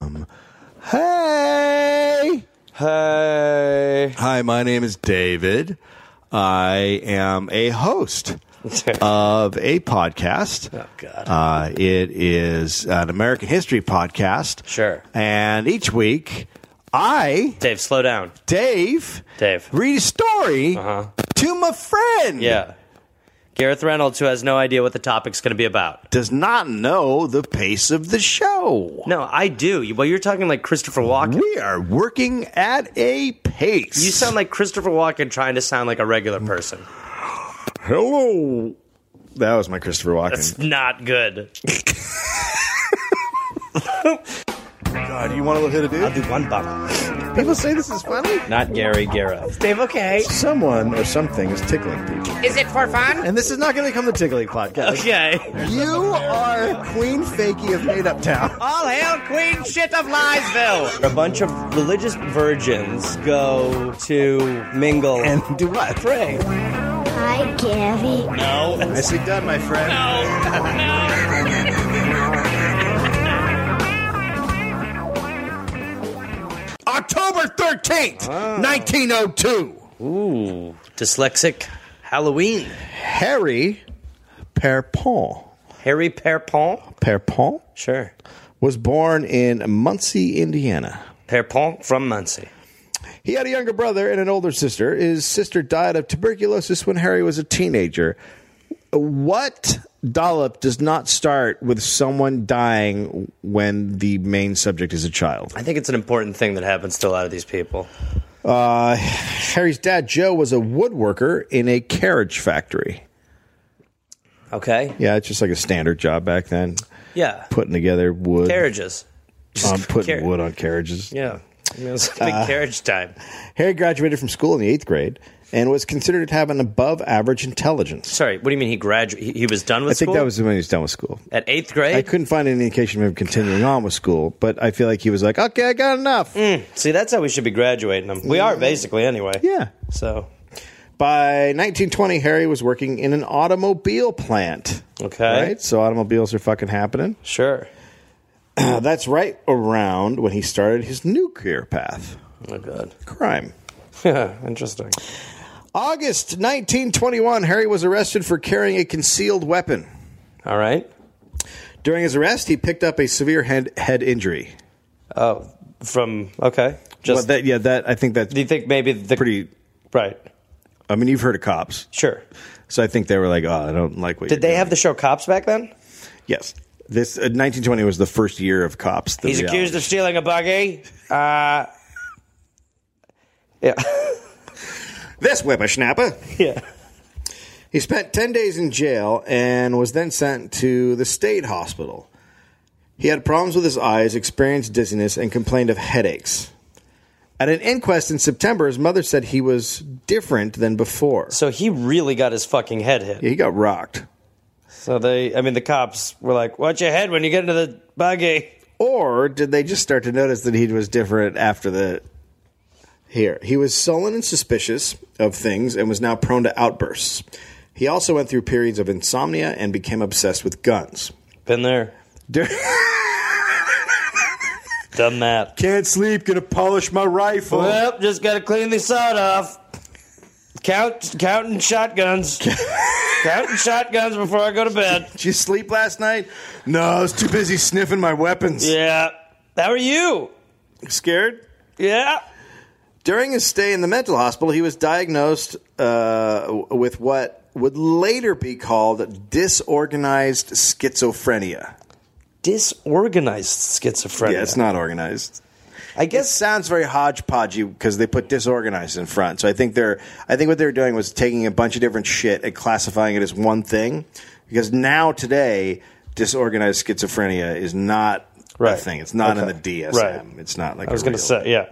um, hey. Hey. Hi, my name is David. I am a host of a podcast. Oh, God. Uh, it is an American history podcast. Sure. And each week, I, Dave, slow down. Dave, Dave. Uh-huh. read a story to my friend. Yeah. Gareth Reynolds, who has no idea what the topic's going to be about. Does not know the pace of the show. No, I do. You- Well, you're talking like Christopher Walken. We are working at a pace. You sound like Christopher Walken trying to sound like a regular person. hello. That was my Christopher Walken. It's not good. God, Uh, you want to hit a dude? Do one bump. People say this is funny. Not Gary Gareth. Dave, okay. Someone or something is tickling people. Is it for fun? And this is not going to become the tickling podcast. Okay. You are Queen Fakey of Made Up Town. All hail Queen Shit of Liesville. A bunch of religious virgins go to mingle And do what? pray. Hi, Gabby. No. Nicely done, my friend. October 13th, 1902. Ooh. Dyslexic Halloween. Harry Perpont. Harry Perpont. Perpont Sure. was born in Muncie, Indiana. Perpont from Muncie. He had a younger brother and an older sister. His sister died of tuberculosis when Harry was a teenager. What dollop does not start with someone dying when the main subject is a child? I think it's an important thing that happens to a lot of these people. Uh, Harry's dad, Joe, was a woodworker in a carriage factory. Okay. Yeah, it's just like a standard job back then, Yeah. putting together wood. Carriages. On, putting Car- wood on carriages. Yeah. I mean, it's big Uh, carriage time. Harry graduated from school in the eighth grade and was considered to have an above average intelligence. Sorry, what do you mean he graduated? He, he was done with I think school? that was when he was done with school. at eighth I grade. couldn't find any indication of him continuing on with school, but I feel like he was like, okay, I got enough. See, that's how we should be graduating them. We are basically anyway. Yeah. So By 1920, Harry was working in an automobile plant. Okay. Right? So automobiles are fucking happening. sure. Uh, that's right around when he started his new career path Oh god. crime. Yeah. Interesting. August 1921, Harry was arrested for carrying a concealed weapon. All right. During his arrest, he picked up a severe head, head injury. Oh, from okay. Just well, that, yeah, that I think that's do you think maybe the pretty. right? I mean, you've heard of cops, Sure. so I think they were like, "Oh, I don't like what." Did they have the show Cops back then? Yes. This uh, 1920 was the first year of cops. the He's reality. accused of stealing a buggy. Uh, yeah. this whippersnapper. yeah. He spent 10 days in jail and was then sent to the state hospital. He had problems with his eyes, experienced dizziness, and complained of headaches. At an inquest in September, his mother said he was different than before. So he really got his fucking head hit. He got rocked. So they, I mean, the cops were like, "Watch your head when you get into the buggy." Or did they just start to notice that he was different after the. Here. He was sullen and suspicious of things and was now prone to outbursts. He also went through periods of insomnia and became obsessed with guns. Been there, Dur- done that. Can't sleep, gonna polish my rifle. Well, just gotta clean the sod off. Count counting shotguns. counting shotguns before I go to bed. Did you sleep last night? No, I was too busy sniffing my weapons. Yeah. How are you? Scared? Yeah. During his stay in the mental hospital, he was diagnosed uh, w- with what would later be called disorganized schizophrenia. Disorganized schizophrenia. Yeah, it's not organized. I It guess. sounds very hodgepodgey because they put disorganized in front. So I think they're I think what they were doing was taking a bunch of different shit and classifying it as one thing. Because now today, disorganized schizophrenia is not a Right. thing. It's not Okay. in the DSM. Right. It's not like I was a gonna real- say, yeah.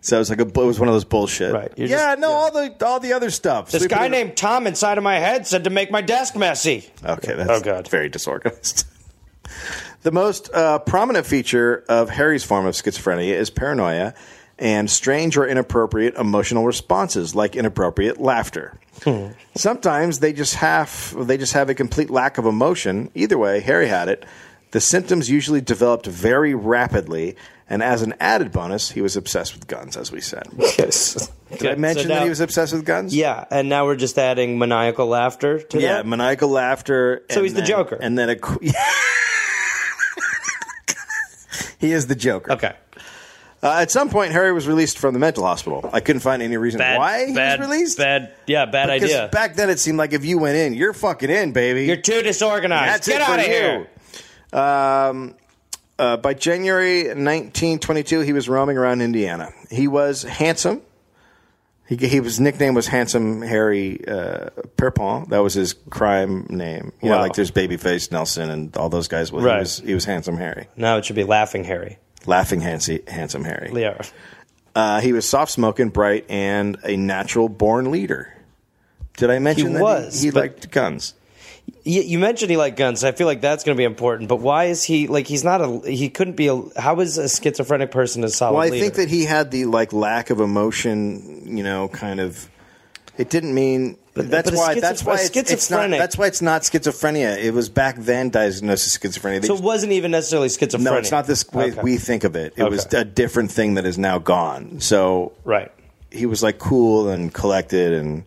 So it was like a, bu- it was one of those bullshit. Right. You're yeah, just- no, all the all the other stuff. This Sleeping guy in- named Tom inside of my head said to make my desk messy. Okay, that's Oh, God. very disorganized. the most uh, prominent feature of Harry's form of schizophrenia is paranoia and strange or inappropriate emotional responses, like inappropriate laughter. Hmm. Sometimes they just have they just have a complete lack of emotion. Either way, Harry had it. The symptoms usually developed very rapidly, and as an added bonus, he was obsessed with guns, as we said. Yes. Did I mention that he was obsessed with guns? Yeah, and now we're just adding maniacal laughter to Yeah, that. maniacal laughter. So and he's the then- Joker. And then a. qu- he is the Joker. okay. Uh, at some point, Harry was released from the mental hospital. I couldn't find any reason Bad, why bad, he was released. Bad. Yeah, bad Because idea. back then it seemed like if you went in, you're fucking in, baby. You're too disorganized. That's Get it for out of you. here. Um, uh, by January 1922, he was roaming around Indiana. He was handsome. He, he his nickname was Handsome Harry uh, Pierpont. That was his crime name. You know, Wow. like there's Babyface Nelson and all those guys. Well, Right. he, was, he was Handsome Harry, Now it should be laughing Harry. laughing Hansi, Handsome Harry. Yeah. Uh, he was soft smoking, bright, and a natural born leader. Did I mention that was, he, he but- liked guns? You, you mentioned he liked guns. I feel like that's going to be important. But why is he like? He's not a. He couldn't be a. How is a schizophrenic person a solid Well, I leader? think that he had the like lack of emotion, you know, kind of. It didn't mean that's but a why. schizo- that's why a it's, it's not. schizophrenic- That's why it's not schizophrenia. It was back then diagnosed as schizophrenia. They so. It just- wasn't even necessarily schizophrenia. no, it's not this way Okay. we think of it. It was Okay. a different thing that is now gone. So Right. he was like cool and collected and.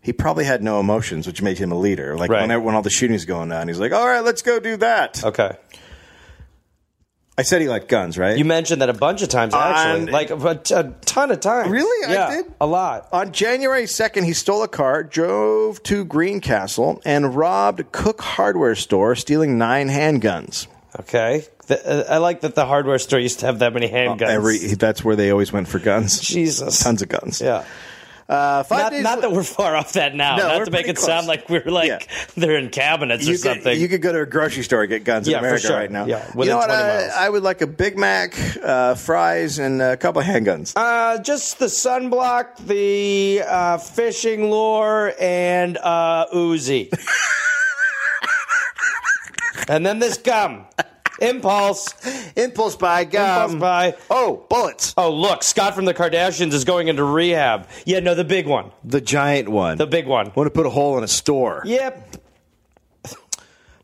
He probably had no emotions, which made him a leader. Like Right. whenever when all the shooting's going on, he's like, "All right, let's go do that." Okay. I said he liked guns, right? You mentioned that a bunch of times actually, And- like a, a ton of times. Really? I Yeah, did? a lot. On January 2nd, he stole a car, drove to Greencastle, and robbed Cook Hardware Store, stealing nine handguns. Okay. The, uh, I like that the hardware store used to have that many handguns. Uh, Every that's where they always went for guns. Jesus. tons of guns. Yeah. Uh, five Not, days. not that we're far off that now. No, we're not to make pretty it close. sound like we're like Yeah. they're in cabinets or you could, something. you could go to a grocery store and get guns Yeah, in for America sure. right now. Yeah, you within know what? 20 I, miles. I would like a Big Mac, uh, fries, and a couple of handguns. Uh, just the sunblock, the uh, fishing lure, and uh, Uzi. and then this gum. Impulse. impulse buy, gum. Impulse buy. Oh, bullets. Oh, look, Scott from the Kardashians is going into rehab. Yeah, no, the big one. The giant one. The big one. Want to put a hole in a store? Yep.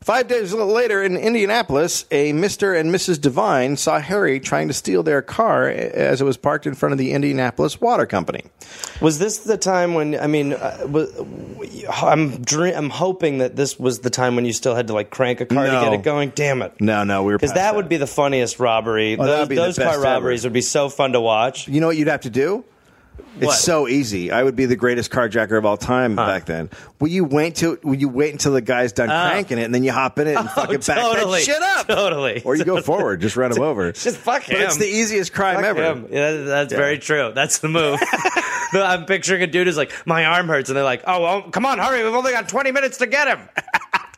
Five days later in Indianapolis, a Mr. and Mrs. Devine saw Harry trying to steal their car as it was parked in front of the Indianapolis Water Company. Was this the time when I mean, uh, wa- w- I'm dream, I'm hoping that this was the time when you still had to like crank a car No. to get it going. Damn it. No, no, we were Because that would be the funniest robbery. that'd those be the those best car ever. robberies would be so fun to watch. You know what you'd have to do? It's What? so easy. I would be the greatest carjacker of all time back then. Will you wait till? Will you wait until the guy's done cranking it, and then you hop in it and fucking back totally. that shit up, Totally. or you go forward, just run him over. Just fuck But it's him. the easiest crime Fuck ever. him. Yeah, that- that's very true. That's the move. No, I'm picturing a dude who's like, my arm hurts, and they're like, oh, well, come on, hurry, we've only got 20 minutes to get him.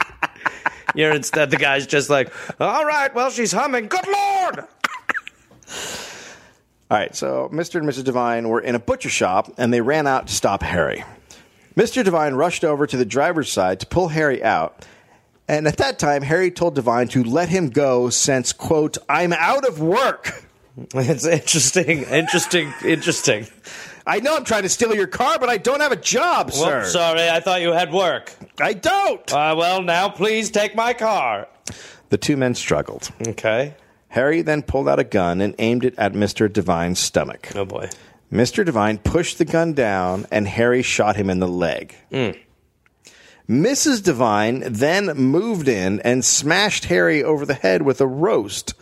You're instead the guy's just like, all right, well, she's humming. Good lord. All right, so Mr. and Mrs. Devine were in a butcher shop and they ran out to stop Harry. Mr. Devine rushed over to the driver's side to pull Harry out. And at that time, Harry told Devine to let him go since, quote, I'm out of work. It's interesting, interesting, interesting. I know I'm trying to steal your car, but I don't have a job, sir. Well, sorry, I thought you had work. I don't. Uh, well, now please take my car. The two men struggled. Okay. Harry then pulled out a gun and aimed it at Mr. Devine's stomach. Oh, boy. Mr. Devine pushed the gun down and Harry shot him in the leg. Mm. Mrs. Devine then moved in and smashed Harry over the head with a roast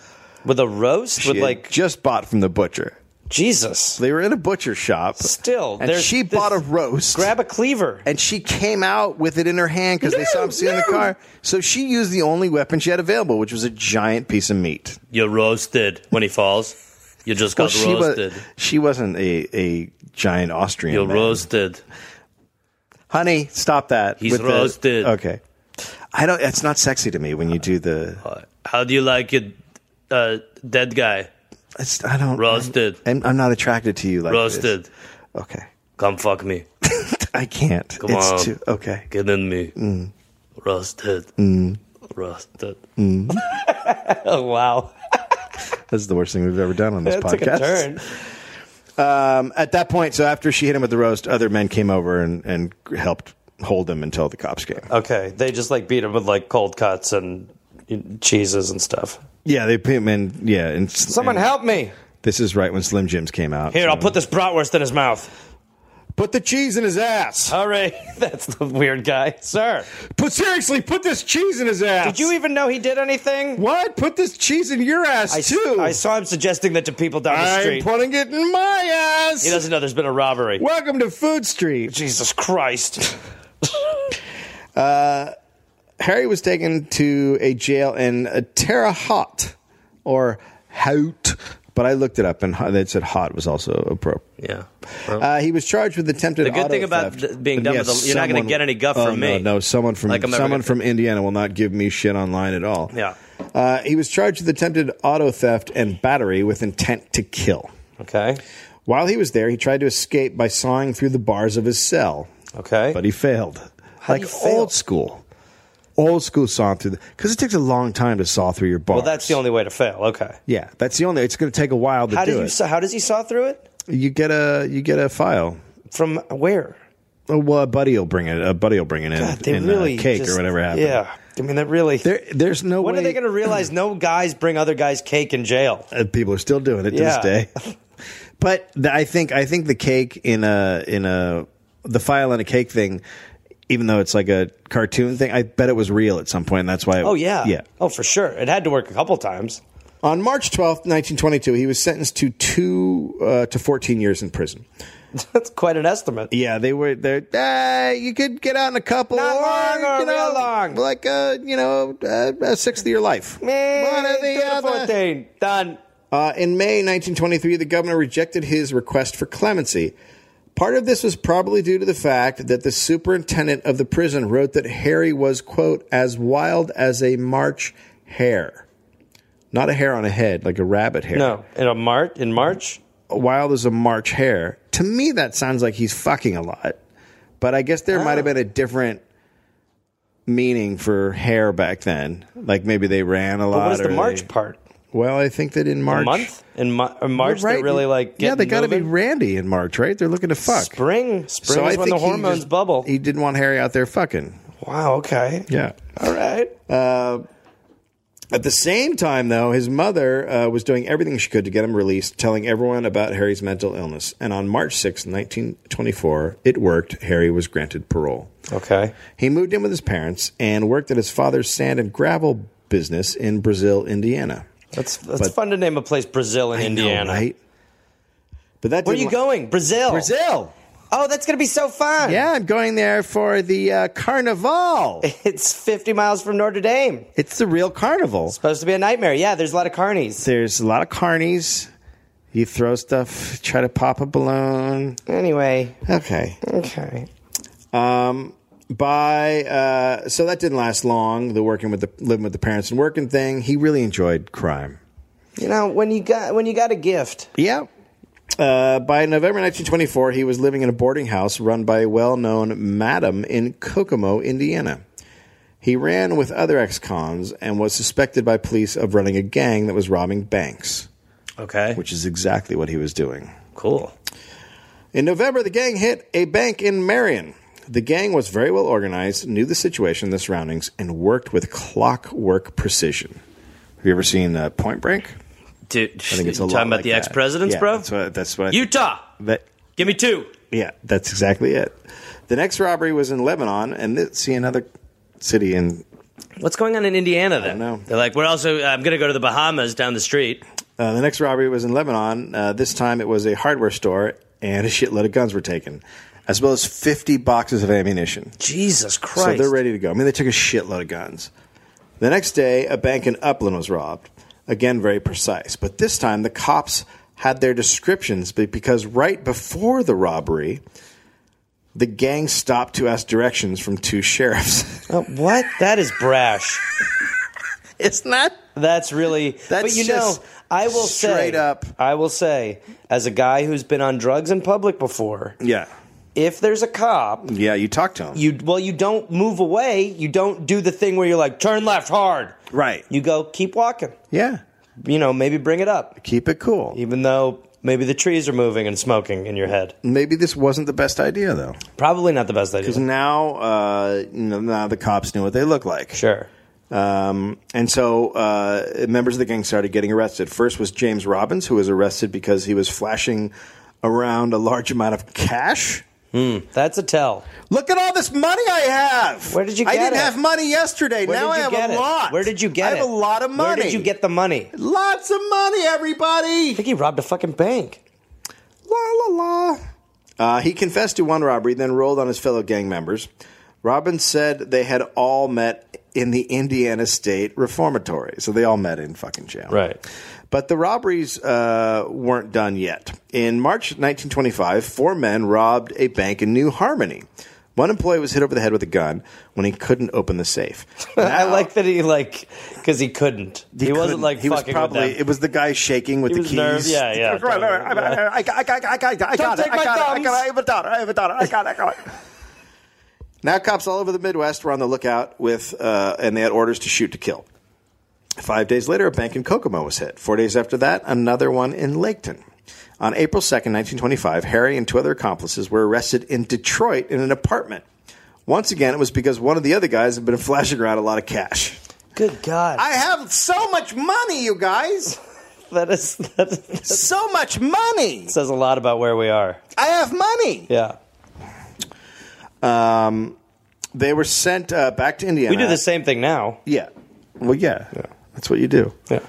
With a roast? she With had like, just bought from the butcher. Jesus. They were in a butcher shop. Still, and there's she this- bought a roast. Grab a cleaver. and she came out with it in her hand because they saw him No, stealing the no. car. So she used the only weapon she had available, which was a giant piece of meat. You're roasted when he falls. You just got she, was, she wasn't a, a giant Austrian. man. roasted. honey, stop that. He's with the- roasted. okay, I don't. It's not sexy to me when you do the. How do you like it, uh, dead guy? It's, I don't. Roasted. I'm, I'm not attracted to you like this. Roasted. Okay, Come fuck me. I can't. Come it's on. too okay. Get in me. Mm. Roasted. Roasted. oh, wow. This is the worst thing we've ever done on this That podcast. took a turn. Um, at that point, so after she hit him with the roast, other men came over and and helped hold him until the cops came. Okay. They just like beat him with like cold cuts and cheeses and stuff. Yeah, they put him in. Yeah, and Someone and help me! This is right when Slim Jims came out. Here, so- I'll put this bratwurst in his mouth. put the cheese in his ass. Hooray! That's the weird guy, sir. But seriously, put this cheese in his ass. Did you even know he did anything? What? Put this cheese in your ass I, s- too. I saw him suggesting that to people down the am street. putting it in my he ass. doesn't know there's been a robbery. Welcome to Food Street. Jesus Christ! Harry was taken to a jail in uh, Terre Haute, or Haute, but I looked it up and ho- it said Hot was also appropriate. Yeah. Uh, he was charged with attempted. The good auto thing about theft. th- being And done with the- you're not gonna someone- get any guff oh, from no, me. No, someone from Like I'm never someone gonna- from Indiana will not give me shit online at all. Yeah. Uh, he was charged with attempted auto theft and battery with intent to kill. okay. While he was there, he tried to escape by sawing through the bars of his cell, Okay. but he failed. do like you fail? old school, old school sawing through because it takes a long time to saw through your bars. well, that's the only way to fail. Okay. yeah, that's the only. It's going to take a while to How do did you? it. saw- How does he saw through it? you get a you get a file. From where? Oh, well, a buddy will bring it. A buddy will bring it in. God, they in a really cake just- or whatever happened. Yeah, I mean that really. There, there's no when way are they going to realize no guys bring other guys cake in jail? uh, people are still doing it Yeah. to this day. But the, I think I think the cake in a in a the file in a cake thing, even though it's like a cartoon thing, I bet it was real at some point. And that's why. It, Oh yeah, yeah. Oh for sure, it had to work a couple times. On March twelfth, nineteen twenty two, he was sentenced to two uh, to fourteen years in prison. That's quite an estimate. Yeah, they were there. Uh, you could get out in a couple, Not or, long or you know, real long. like uh, you know, uh, a sixth of your life. One or the Two to other. fourteen done. Uh, in May 1923, the governor rejected his request for clemency. Part of this was probably due to the fact that the superintendent of the prison wrote that Harry was, quote, as wild as a March hare. Not a hair on a head, like a rabbit hair. No, in a March in March. Wild as a March hare. To me, that sounds like he's fucking a lot. But I guess there Ah. might have been a different meaning for hair back then. Like maybe they ran a lot. What was the or March they- part? Well, I think that in A March. month in, Ma- in March. Right, They really like yeah, they got to be randy in March, right? They're looking to fuck. spring. Spring So I is when the think he hormones just- bubble. He didn't want Harry out there fucking. wow. Okay. Yeah. All right. At the same time, though, his mother uh, was doing everything she could to get him released, telling everyone about Harry's mental illness. And on March sixth, 1924, it worked. Harry was granted parole. okay. He moved in with his parents and worked at his father's sand and gravel business in Brazil, Indiana. That's that's fun to name a place Brazil in Indiana. I know, right? But that Where are didn't you la- going? Brazil. Brazil. Oh, that's gonna be so fun. Yeah, I'm going there for the uh, carnival. It's 50 miles from Notre Dame. It's the real carnival. Supposed to be a nightmare. Yeah, there's a lot of carnies. There's a lot of carnies. You throw stuff, try to pop a balloon. Anyway, Okay. okay. By uh, so that didn't last long. The working with the living with the parents and working thing. He really enjoyed crime. You know, when you got when you got a gift, Yeah. Uh, by November 1924, he was living in a boarding house run by a well known madam in Kokomo, Indiana. He ran with other ex cons and was suspected by police of running a gang that was robbing banks, okay, which is exactly what he was doing. cool. In November, the gang hit a bank in Marion. The gang was very well organized, knew the situation, the surroundings, and worked with clockwork precision. Have you ever seen uh, Point Break? I Dude, think it's a you lot talking about like the that. ex presidents, Yeah, bro. That's what. That's what. I think- Utah, that- give me two. yeah, that's exactly it. The next robbery was in Lebanon, and this, see another city in. What's going on in Indiana? Then know. they're like, we're also. I'm gonna go to the Bahamas down the street. Uh, the next robbery was in Lebanon. Uh, this time, it was a hardware store, and a shitload of guns were taken, as well as fifty boxes of ammunition. Jesus Christ! So they're ready to go. I mean, they took a shitload of guns. The next day, a bank in Upland was robbed. Again, very precise. But this time, the cops had their descriptions be- because right before the robbery, the gang stopped to ask directions from two sheriffs. Uh, what? That is brash. it's not. That's really. That's but you just know, I will say straight up. I will say, as a guy who's been on drugs in public before, Yeah. if there's a cop Yeah, you talked to them. you well you don't move away you don't do the thing where you're like turn left hard right. you go keep walking yeah. you know maybe bring it up Keep it cool. even though maybe the trees are moving and smoking in your head Maybe this wasn't the best idea, though. probably not the best idea Now, uh, you know, now the cops knew what they looked like. sure Um, and so uh, members of the gang started getting arrested. First was James Robbins, who was arrested because he was flashing around a large amount of cash. That's a tell. Look at all this money I have. Where did you I get didn't it? have money yesterday. Where now did I you have get a it? lot. Where did you get I it? have a lot of money. Where did you get the money? I Lots of money, everybody. think he robbed a fucking bank. La la la. Uh, he confessed to one robbery, then rolled on his fellow gang members. Robbins said they had all met in the Indiana State Reformatory, so they all met in fucking jail. Right. But the robberies uh, weren't done yet. In March 1925, four men robbed a bank in New Harmony. One employee was hit over the head with a gun when he couldn't open the safe. I like that he like because he couldn't. He, wasn't couldn't- like he was fucking probably with them. it was the guy shaking with He the was keys. nervous. Yeah, yeah, Right, right, right. totally. I- I- I- I- I- I- I- I got it. take I my got it. I got thumbs. it. I have a daughter. I have a daughter. I got it. I got it. Now cops all over the Midwest were on the lookout with, uh, and they had orders to shoot to kill. Five days later, a bank in Kokomo was hit. Four days after that, another one in Laketon. On April 2nd, 1925, Harry and two other accomplices were arrested in Detroit in an apartment. Once again, it was because one of the other guys had been flashing around a lot of cash. Good God, I have so much money, you guys! that is that, that So much money! says a lot about where we are. I have money! Yeah, They were sent uh, back to Indiana. we do the same thing now. Yeah. Well, yeah. That's what you do. Yeah,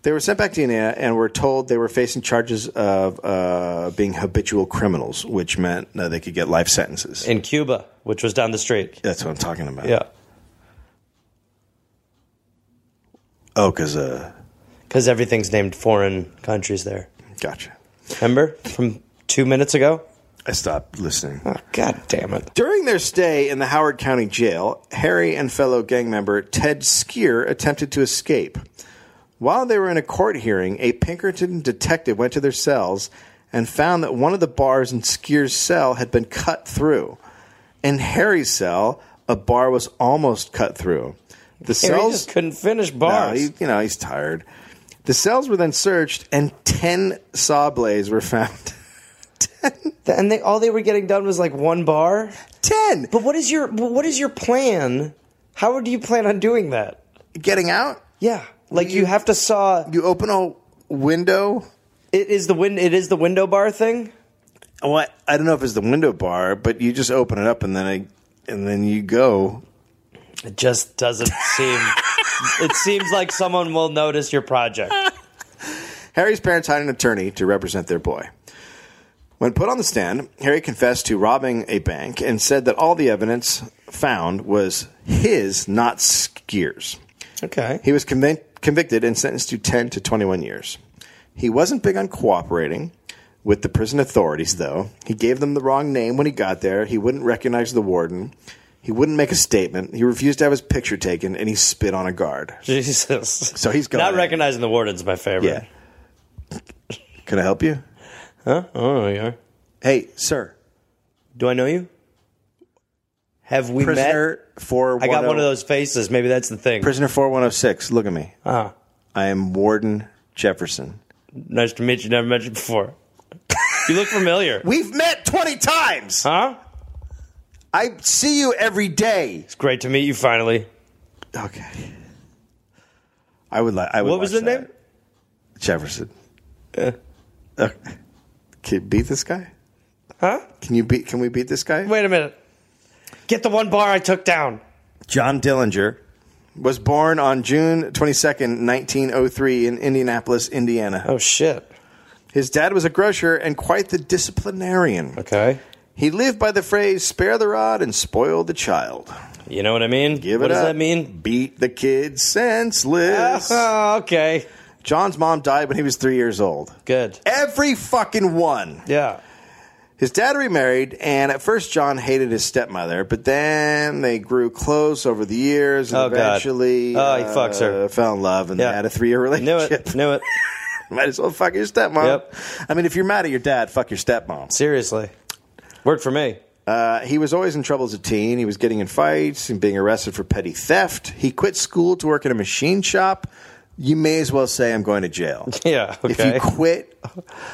They were sent back to Indiana and were told they were facing charges of uh, being habitual criminals, which meant uh, they could get life sentences. in Cuba, which was down the street. That's what I'm talking about. Yeah, Oh, because, uh, because everything's named foreign countries there. gotcha. Remember from two minutes ago? I stopped listening. Oh, God damn it! During their stay in the Howard County Jail, Harry and fellow gang member Ted Skier attempted to escape. While they were in a court hearing, a Pinkerton detective went to their cells and found that one of the bars in Skier's cell had been cut through. In Harry's cell, a bar was almost cut through. The Harry cells just couldn't finish no, bars. he- you know, he's tired. The cells were then searched and 10 saw blades were found. and they all they were getting done was like one bar. 10 But what is your what is your plan? How do you plan on doing that? getting out. Yeah, like you, have to saw. You open a window It is the win. It is the window bar thing. Well, I don't know if it's the window bar, but you just open it up and then I, and then you go. It just doesn't seem. it seems like someone will notice your project. Harry's parents hired an attorney to represent their boy. When put on the stand, Harry confessed to robbing a bank and said that all the evidence found was his, not Skier's. Okay. He was convic- convicted and sentenced to 10 to 21 years. He wasn't big on cooperating with the prison authorities, though. He gave them the wrong name when he got there. He wouldn't recognize the warden. He wouldn't make a statement. He refused to have his picture taken, and he spit on a guard. Jesus. So he's going not in. recognizing the warden's my favorite. Yeah. Can I help you? Huh? Oh yeah. Hey, sir. Do I know you? Have we met? Prisoner four. oh- I got one of those faces. Maybe that's the thing. Prisoner four one zero six. Look at me. Uh-huh. I am Warden Jefferson. Nice to meet you. Never met you before. you look familiar. We've met twenty times. Huh? I see you every day. It's great to meet you finally. Okay. I would like. I would What was watch the that. name? Eh. Jefferson. Uh, can you beat this guy? Huh? Can you beat? Can we beat this guy? Wait a minute. Get the one bar I took down. John Dillinger was born on June twenty second, nineteen o three, in Indianapolis, Indiana. Oh shit. His dad was a grocer and quite the disciplinarian. Okay. He lived by the phrase "spare the rod and spoil the child." You know what I mean? Give what it does up. that mean? Beat the kid senseless. Oh, okay. John's mom died when he was three years old. Good. Every fucking one. Yeah. His dad remarried, and at first John hated his stepmother, but then they grew close over the years, and Oh, God. eventually Oh, he fucks her. uh, fell in love, and Yeah. they had a three-year Knew relationship. it. Knew it. Might as well fuck your stepmom. Yep. I mean, if you're mad at your dad, fuck your stepmom. Seriously. Worked for me. Uh, he was always in trouble as a teen. He was getting in fights and being arrested for petty theft. He quit school to work in a machine shop, you may as well say I'm going to jail. Yeah, If okay. you quit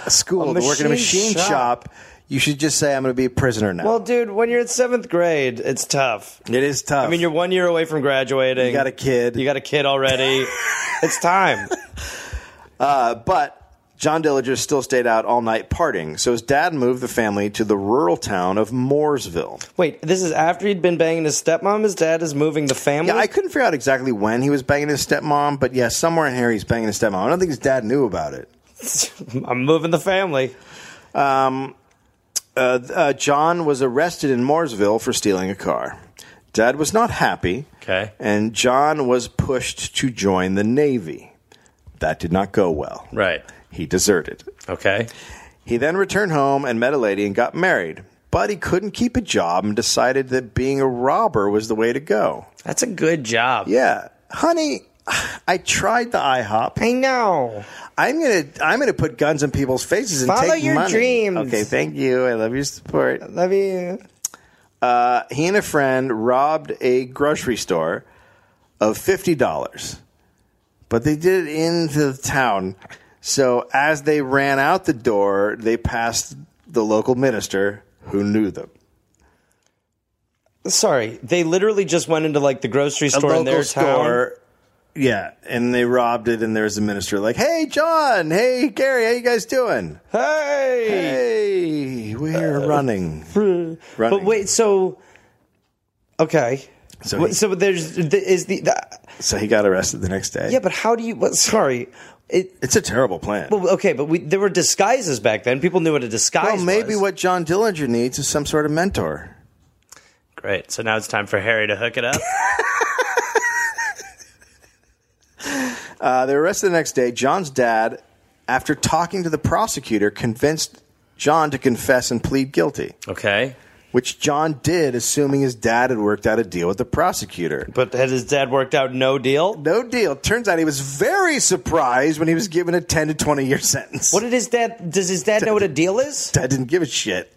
school to work in a machine machine shop. you should just say I'm going to be a prisoner now. Well, dude, when you're in seventh grade, it's tough. it is tough. I mean, you're one year away from graduating. You got a kid. You got a kid already. it's time. But John Dillinger still stayed out all night partying, so his dad moved the family to the rural town of Mooresville. Wait, this is after he'd been banging his stepmom. His dad is moving the family. Yeah, I couldn't figure out exactly when he was banging his stepmom, but yeah, somewhere in here he's banging his stepmom. I don't think his dad knew about it. I'm moving the family. Uh, uh, John was arrested in Mooresville for stealing a car. Dad was not happy. Okay. And John was pushed to join the Navy. That did not go well. Right. He deserted. Okay. He then returned home and met a lady and got married, but he couldn't keep a job and decided that being a robber was the way to go. That's a good job. Yeah, honey, I tried the IHOP. I know. I'm gonna I'm gonna put guns in people's faces and Follow take your money. dreams. Okay, thank you. I love your support. Love you. He and a friend robbed a grocery store of fifty dollars, but they did it into the town. So as they ran out the door, they passed the local minister who knew them. Sorry, they literally just went into like the grocery a store in local their town. store. Yeah, and they robbed it, and there was a minister like, "Hey, John. Hey, Gary. How you guys doing? Hey. Uh, Hey, we're running. But wait, so okay. So Wait, he- so there's th- is the, the So he got arrested the next day. yeah, but how do you? What, sorry, it, It's a terrible plan. Well, well, okay, but we there were disguises back then. People knew what a disguise. maybe was. what John Dillinger needs is some sort of mentor. Great. So now it's time for Harry to hook it up. Uh, they were arrested the next day. John's dad, after talking to the prosecutor, convinced John to confess and plead guilty, okay. which John did, assuming his dad had worked out a deal with the prosecutor. But had his dad worked out no deal? No deal. Turns out he was very surprised when he was given a 10 to 20 year sentence. What did his dad? Does his dad know what a deal is? Dad didn't give a shit.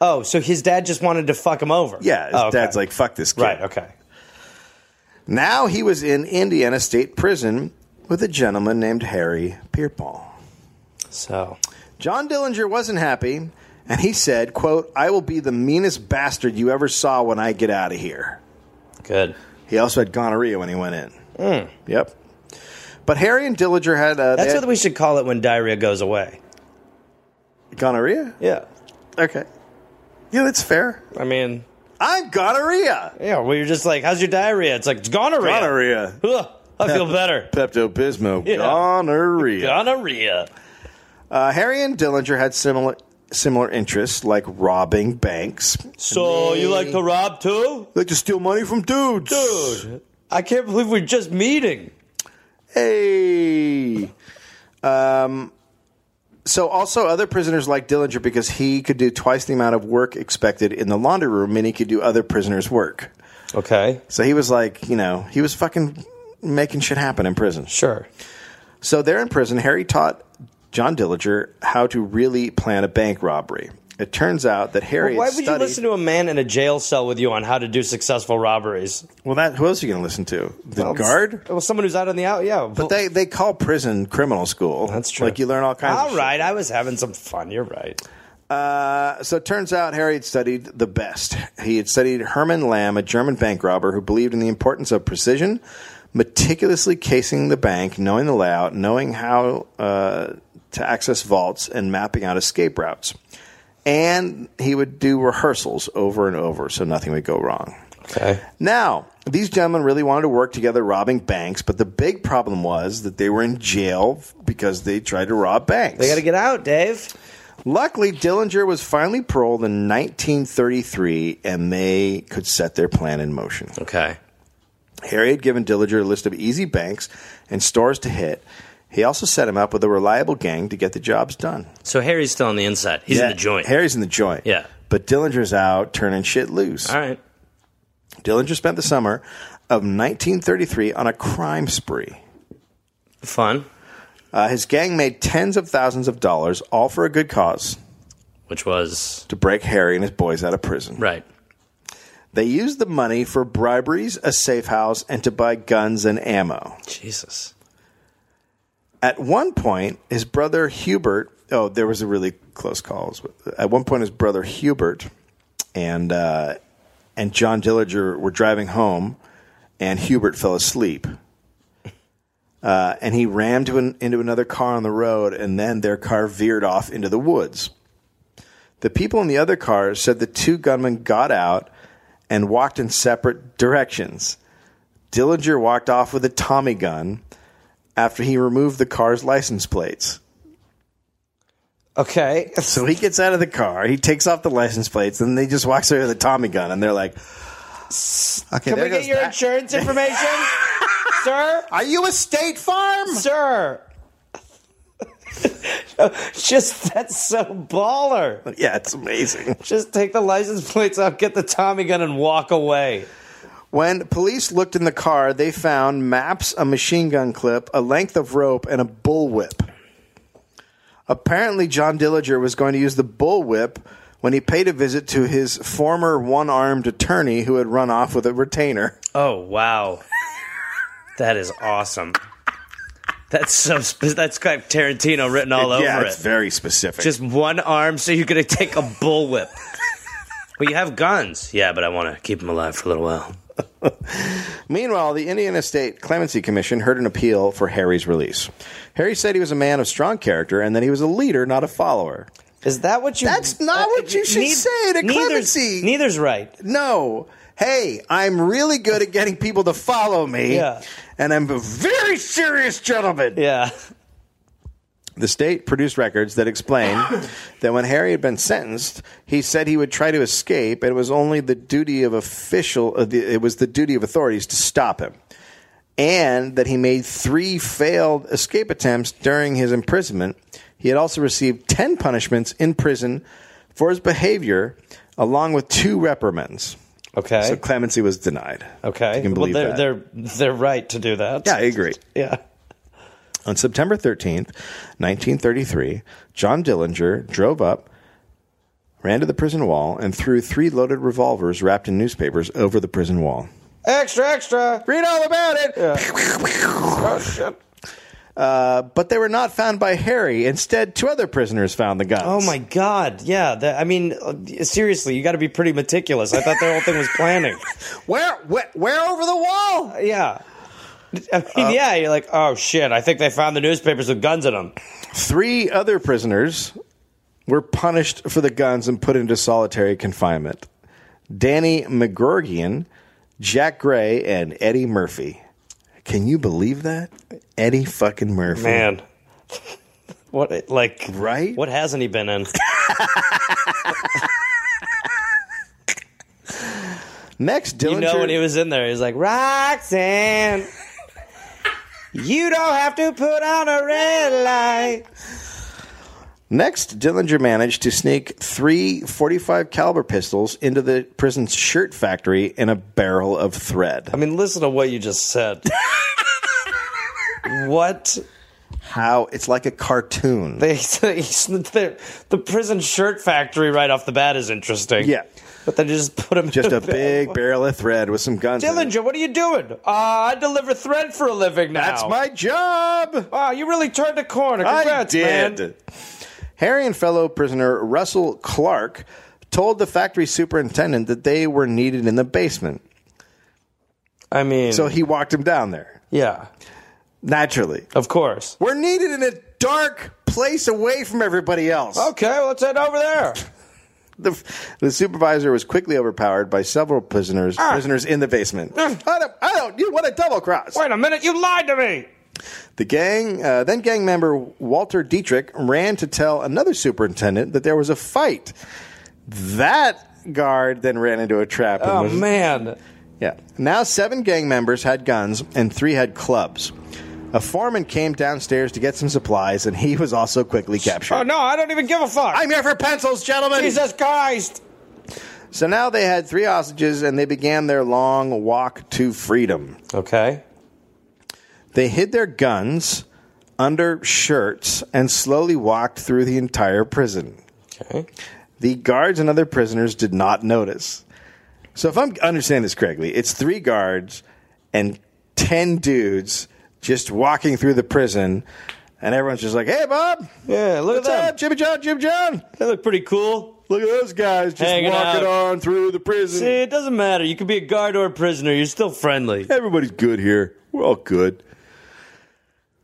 Oh, so his dad just wanted to fuck him over. Yeah, his Oh, okay. dad's like, fuck this kid. right. Okay. Now he was in Indiana State Prison with a gentleman named Harry Pierpont. So John Dillinger wasn't happy, and he said, quote, I will be the meanest bastard you ever saw when I get out of here. good. Mm. He also had gonorrhea when he went in. Yep. But Harry and Dillinger had, uh, That's they had what we should call it when diarrhea goes away. gonorrhea? Yeah. Okay. Yeah, that's fair. I mean, I'm gonorrhea. yeah. Well, you're just like, how's your diarrhea? It's like it's gonorrhea. Gonorrhea. Ugh, I feel better. Pepto Bismol. Yeah. Gonorrhea. Gonorrhea. Uh, Harry and Dillinger had similar similar interests, like robbing banks. So you like to rob too, Like to steal money from dudes. dude? I can't believe we're just meeting. Hey. Um. So also other prisoners liked Dillinger because he could do twice the amount of work expected in the laundry room, and he could do other prisoners' work. Okay. So he was like, you know, he was fucking making shit happen in prison. Sure. So there in prison, Harry taught John Dillinger how to really plan a bank robbery. It turns out that Harry Why had would you studied- listen to a man in a jail cell with you on how to do successful robberies? Well, that who else are you going to listen to? The guard. Well, someone who's out on the out. Yeah, But they they call prison criminal school. That's true. Like you learn all kinds. All of right, I was having some fun. You're right. Shit. Uh, So it turns out Harry had studied the best. He had studied Herman Lamb, a German bank robber who believed in the importance of precision, meticulously casing the bank, knowing the layout, knowing how uh, to access vaults, and mapping out escape routes. And he would do rehearsals over and over, so nothing would go wrong. Okay. Now, these gentlemen really wanted to work together robbing banks, but the big problem was that they were in jail because they tried to rob banks. They got to get out, Dave. Luckily, Dillinger was finally paroled in 1933, and they could set their plan in motion. Okay. Harry had given Dillinger a list of easy banks and stores to hit. He also set him up with a reliable gang to get the jobs done. So Harry's still on the inside. He's in the joint. Harry's in the joint. Yeah. But Dillinger's out turning shit loose. All right. Dillinger spent the summer of 1933 on a crime spree. Fun. Uh, his gang made tens of thousands of dollars, all for a good cause Which was to break Harry and his boys out of prison. right. They used the money for briberies, a safe house, and to buy guns and ammo. Jesus. At one point, his brother Hubert. Oh, there was a really close call. At one point, his brother Hubert and uh, and John Dillinger were driving home, and Hubert fell asleep. Uh, and he rammed into, an, into another car on the road, and then their car veered off into the woods. The people in the other car said the two gunmen got out and walked in separate directions. Dillinger walked off with a Tommy gun after he removed the car's license plates. Okay. So he gets out of the car, he takes off the license plates, and then he just walks away with a Tommy gun, and they're like, "Okay, Can there we get goes your that." insurance information? Sir? Are you a State Farm? Sir. Just that's so baller. Yeah, it's amazing. Just take the license plates off, get the Tommy gun, and walk away. When police looked in the car, they found maps, a machine gun clip, a length of rope, and a bullwhip. Apparently, John Dillinger was going to use the bullwhip when he paid a visit to his former one armed attorney who had run off with a retainer. Oh wow, that is awesome. That's so spe- that's got Tarantino written all over it. very specific. Just one arm, so you're gonna take a bullwhip. well, you have guns, yeah, but I want to keep them alive for a little while. Meanwhile, the Indiana State Clemency Commission heard an appeal for Harry's release. Harry said he was a man of strong character and that he was a leader, not a follower. Is that what you? Uh, That's not what you should say to neither's, clemency. Neither's right. No. Hey, I'm really good at getting people to follow me. Yeah. And I'm a very serious gentleman. Yeah. The state produced records that explain that when Harry had been sentenced, he said he would try to escape, and it was only the duty of official uh, the, it was the duty of authorities to stop him. And that he made three failed escape attempts during his imprisonment. He had also received 10 punishments in prison for his behavior, along with two reprimands. Okay. So clemency was denied. okay. You can believe well, that. they're, They're they're right to do that. yeah, I agree. Yeah. On September 13th, 1933, John Dillinger drove up, ran to the prison wall, and threw three loaded revolvers wrapped in newspapers over the prison wall. Extra, extra. Read all about it! Oh shit. Uh, but they were not found by Harry. Instead, two other prisoners found the guns. Oh my god. Yeah. That, I mean, uh, seriously, you got to be pretty meticulous. I thought the whole thing was planning. Where, where, where over the wall? Yeah. I mean, yeah, you're like, oh shit, I think they found the newspapers with guns in them. Three other prisoners were punished for the guns and put into solitary confinement Danny McGorgian, Jack Gray, and Eddie Murphy. Can you believe that? Eddie fucking Murphy. Man. What, like, Right? What hasn't he been in? Next, Dillinger. You know, when he was in there, he was like, Roxanne, you don't have to put on a red light. Next, Dillinger managed to sneak three 45 caliber pistols into the prison's shirt factory in a barrel of thread. I mean, listen to what you just said. what? How? It's like a cartoon. They, the, the prison shirt factory right off the bat is interesting. Yeah. But they just put him Just in a big barrel of thread with some guns. in it. Dillinger, what are you doing? Uh, I deliver thread for a living now. That's my job. Wow, you really turned a corner. Congrats, man. Harry and fellow prisoner Russell Clark told the factory superintendent that they were needed in the basement. I mean, So he walked him down there. yeah, Naturally. of course. We're needed in a dark place away from everybody else. Okay, well, let's head over there. The, the supervisor was quickly overpowered by several prisoners Ah. prisoners in the basement. I don't, I don't, you want a double cross. Wait a minute, you lied to me. The gang, uh, then gang member Walter Dietrich, ran to tell another superintendent that there was a fight. That guard then ran into a trap. And Oh was, man, Yeah. Now seven gang members had guns and three had clubs. A foreman came downstairs to get some supplies, and he was also quickly captured. oh no, I don't even give a fuck. I'm here for pencils, gentlemen. Jesus Christ. So now they had three hostages, and they began their long walk to freedom. Okay. They hid their guns under shirts and slowly walked through the entire prison. Okay. The guards and other prisoners did not notice. So, if I'm understanding this correctly, it's three guards and 10 dudes just walking through the prison And everyone's just like, "Hey, Bob, Yeah, look what's up, Jimmy John, Jim John? They look pretty cool. Look at those guys just Hanging walking out. on through the prison. See, it doesn't matter. You could be a guard or a prisoner. You're still friendly. Everybody's good here. We're all good."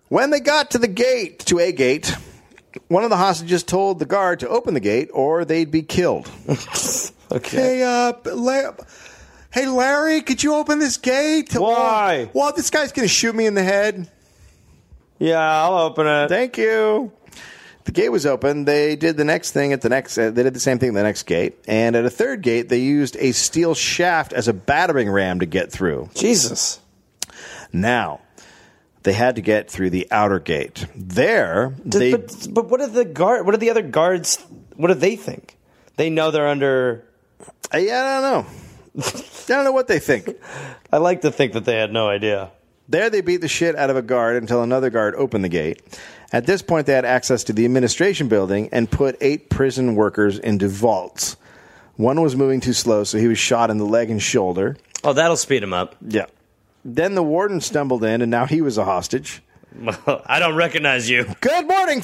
When they got to the gate, to a gate, one of the hostages told the guard to open the gate or they'd be killed. Okay. Hey, uh, La- hey, Larry, could you open this gate? Why? Well, this guy's gonna shoot me in the head. Yeah, I'll open it. Thank you. The gate was open. They did the next thing at the next. Uh, they did the same thing at the next gate, and at a third gate, they used a steel shaft as a battering ram to get through. Jesus. Now, they had to get through the outer gate. There, they but but what are the guard? What are the other guards? What do they think? They know they're under. I, I don't know. I don't know what they think. I like to think that they had no idea. There, they beat the shit out of a guard until another guard opened the gate. At this point, they had access to the administration building and put eight prison workers into vaults. One was moving too slow, so he was shot in the leg and shoulder. Oh, that'll speed him up. Yeah. Then the warden stumbled in, and now he was a hostage. I don't recognize you. Good morning,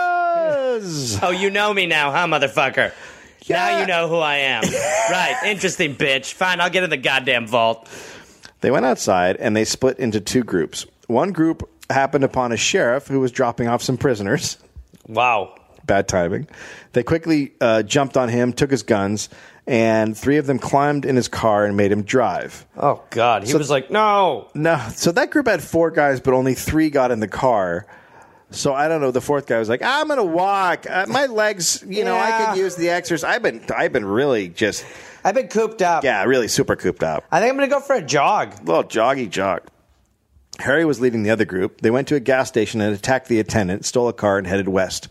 fellas! Oh, you know me now, huh, motherfucker? Yeah. Now you know who I am. right. Interesting, bitch. Fine, I'll get in the goddamn vault. They went outside and they split into two groups. One group happened upon a sheriff who was dropping off some prisoners. Wow. Bad timing. They quickly uh, jumped on him, took his guns, and three of them climbed in his car and made him drive. Oh, God. He was like, no. No, so that group had four guys, but only three got in the car. So I don't know. The fourth guy was like, "I'm gonna walk. Uh, my legs, you know, I can Yeah. use the exercise. I've been, I've been really just, I've been cooped up. yeah, really super cooped up. I think I'm going to go for a jog. little joggy jog. Harry was leading the other group. They went to a gas station and attacked the attendant, stole a car, and headed west.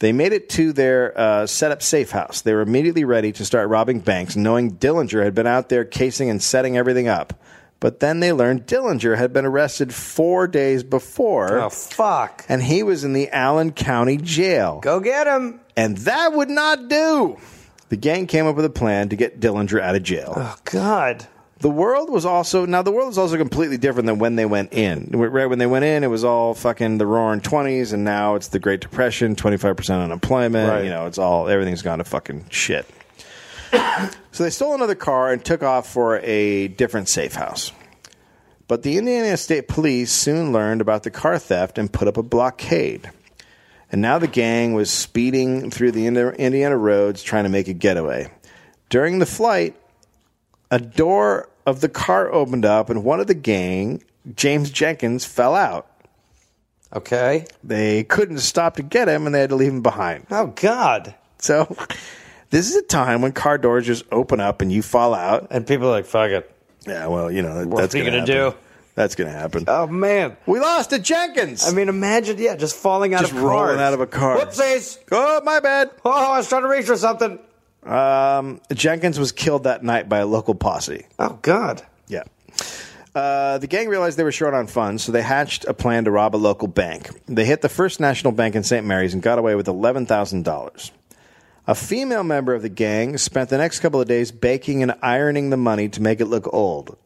They made it to their uh, setup safe house. They were immediately ready to start robbing banks, knowing Dillinger had been out there casing and setting everything up. But then they learned Dillinger had been arrested four days before, Oh, fuck. and he was in the Allen County Jail. Go get him. And that would not do. The gang came up with a plan to get Dillinger out of jail. Oh, God. The world was also now the world was also completely different than when they went in. Right when they went in, it was all fucking the roaring twenties, and now it's the Great Depression, twenty five percent unemployment. Right. You know, it's all everything's gone to fucking shit. so they stole another car and took off for a different safe house. But the Indiana State Police soon learned about the car theft and put up a blockade. And now the gang was speeding through the Indi- Indiana roads trying to make a getaway. During the flight, a door of the car opened up and one of the gang, James Jenkins, fell out. Okay. They couldn't stop to get him and they had to leave him behind. Oh, God. So, this is a time when car doors just open up and you fall out. And people are like, fuck it. Yeah, well, you know, that- What that's are you going to gonna do? That's going to happen. Oh, man. we lost to Jenkins. I mean, imagine, yeah, just falling out Just of cars. rolling out of a car. Whoopsies. oh, my bad. Oh, I was trying to reach for something. Um, Jenkins was killed that night by a local posse. Oh, God. Yeah. Uh, the gang realized they were short on funds, so they hatched a plan to rob a local bank. They hit the First National Bank in St. Mary's and got away with $11,000. A female member of the gang spent the next couple of days baking and ironing the money to make it look old.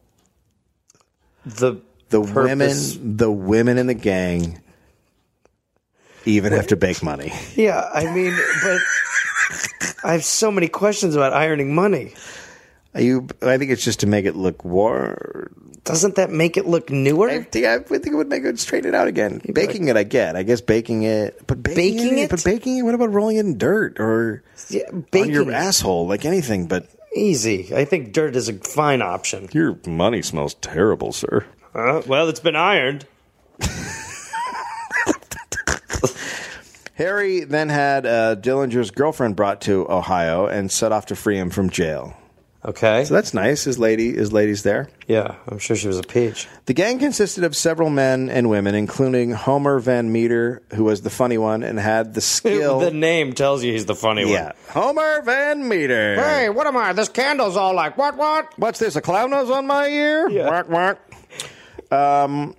The, The purpose- women, the women in the gang even have to bake money. Yeah, I mean, but I have so many questions about ironing money. Are you, I think it's just to make it look war. Doesn't that make it look newer? I think, I think it would make it straighten it out again. Baking it, I get. I guess baking it, but baking, Baking it, it? but baking it. What about rolling it in dirt or yeah, on baking your is asshole, like anything? But easy. I think dirt is a fine option. your money smells terrible, sir. Uh, well, it's been ironed. Harry then had uh, Dillinger's girlfriend brought to Ohio and set off to free him from jail. Okay. So that's nice. His lady, his lady's there. yeah, I'm sure she was a peach. The gang consisted of several men and women, including Homer Van Meter, who was the funny one and had the skill. The name tells you he's the funny yeah, Homer Van Meter. one. Hey, what am I? This candle's all like what? What? What's this? A clown nose on my ear? Yeah. Whack, whack. Um,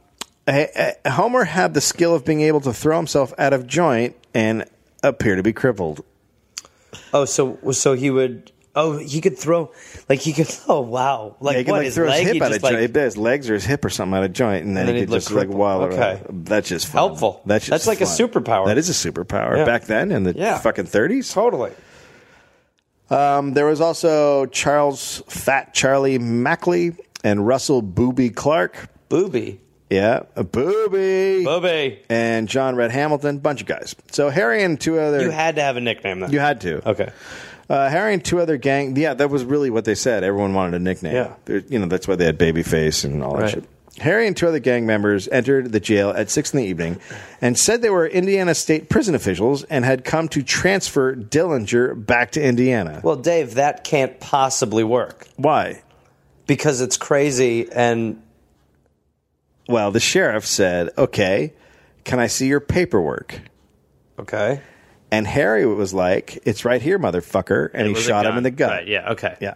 eh, eh, Homer had the skill of being able to throw himself out of joint and appear to be crippled. Oh, so so he would Oh, he could throw like he could. Oh wow! Like Yeah, he could what? like his throw leg? his hip he out just, of joint. like, Either his legs or his hip or something out of joint, and then, then he he'd could just look like crippled. wild Okay. around. That's just fun. Helpful. That's just That's like a fun. superpower. That is a superpower Yeah. back then in the Yeah. fucking thirties. totally. Um, there was also Charles Fat Charlie Mackley and Russell Booby Clark. Booby, Yeah, a Booby. Booby. and John Red Hamilton, bunch of guys. So Harry and two other You had to have a nickname then. you had to Okay. Uh, Harry and two other gang. Yeah, that was really what they said. Everyone wanted a nickname. Yeah. There- you know that's why they had Babyface and all that Right. shit. Harry and two other gang members entered the jail at six in the evening, and said they were Indiana state prison officials and had come to transfer Dillinger back to Indiana. Well, Dave, that can't possibly work Why? because it's crazy and Well, the sheriff said, "Okay, can I see your paperwork?" okay. And Harry was like, "It's right here, motherfucker!" And he shot him in the gut. Right, yeah. Okay. Yeah.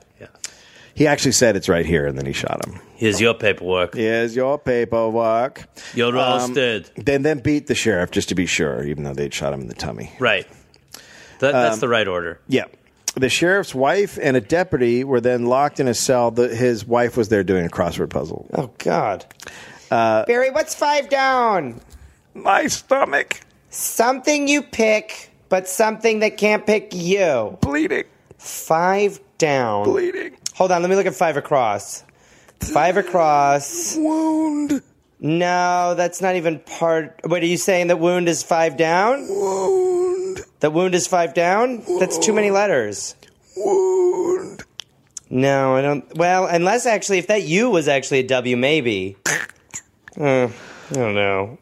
He actually said it's right here, and then he shot him. Here's your paperwork. Here's your paperwork. You're Um, roasted. Then then beat the sheriff just to be sure, even though they'd shot him in the tummy. right. That, that's um, the right order. Yeah. The sheriff's wife and a deputy were then locked in a cell. The, his wife was there doing a crossword puzzle. Oh God. Barry, what's five down? My stomach Something you pick, but something that can't pick you. bleeding, Five down. bleeding Hold on, let me look at five across. Five across. wound, No, that's not even part. Wait, are you saying that wound is five down? wound, That wound is five down? That's too many letters. wound. No, I don't. Well, unless actually, if that U was actually a W, maybe. Uh, I don't know.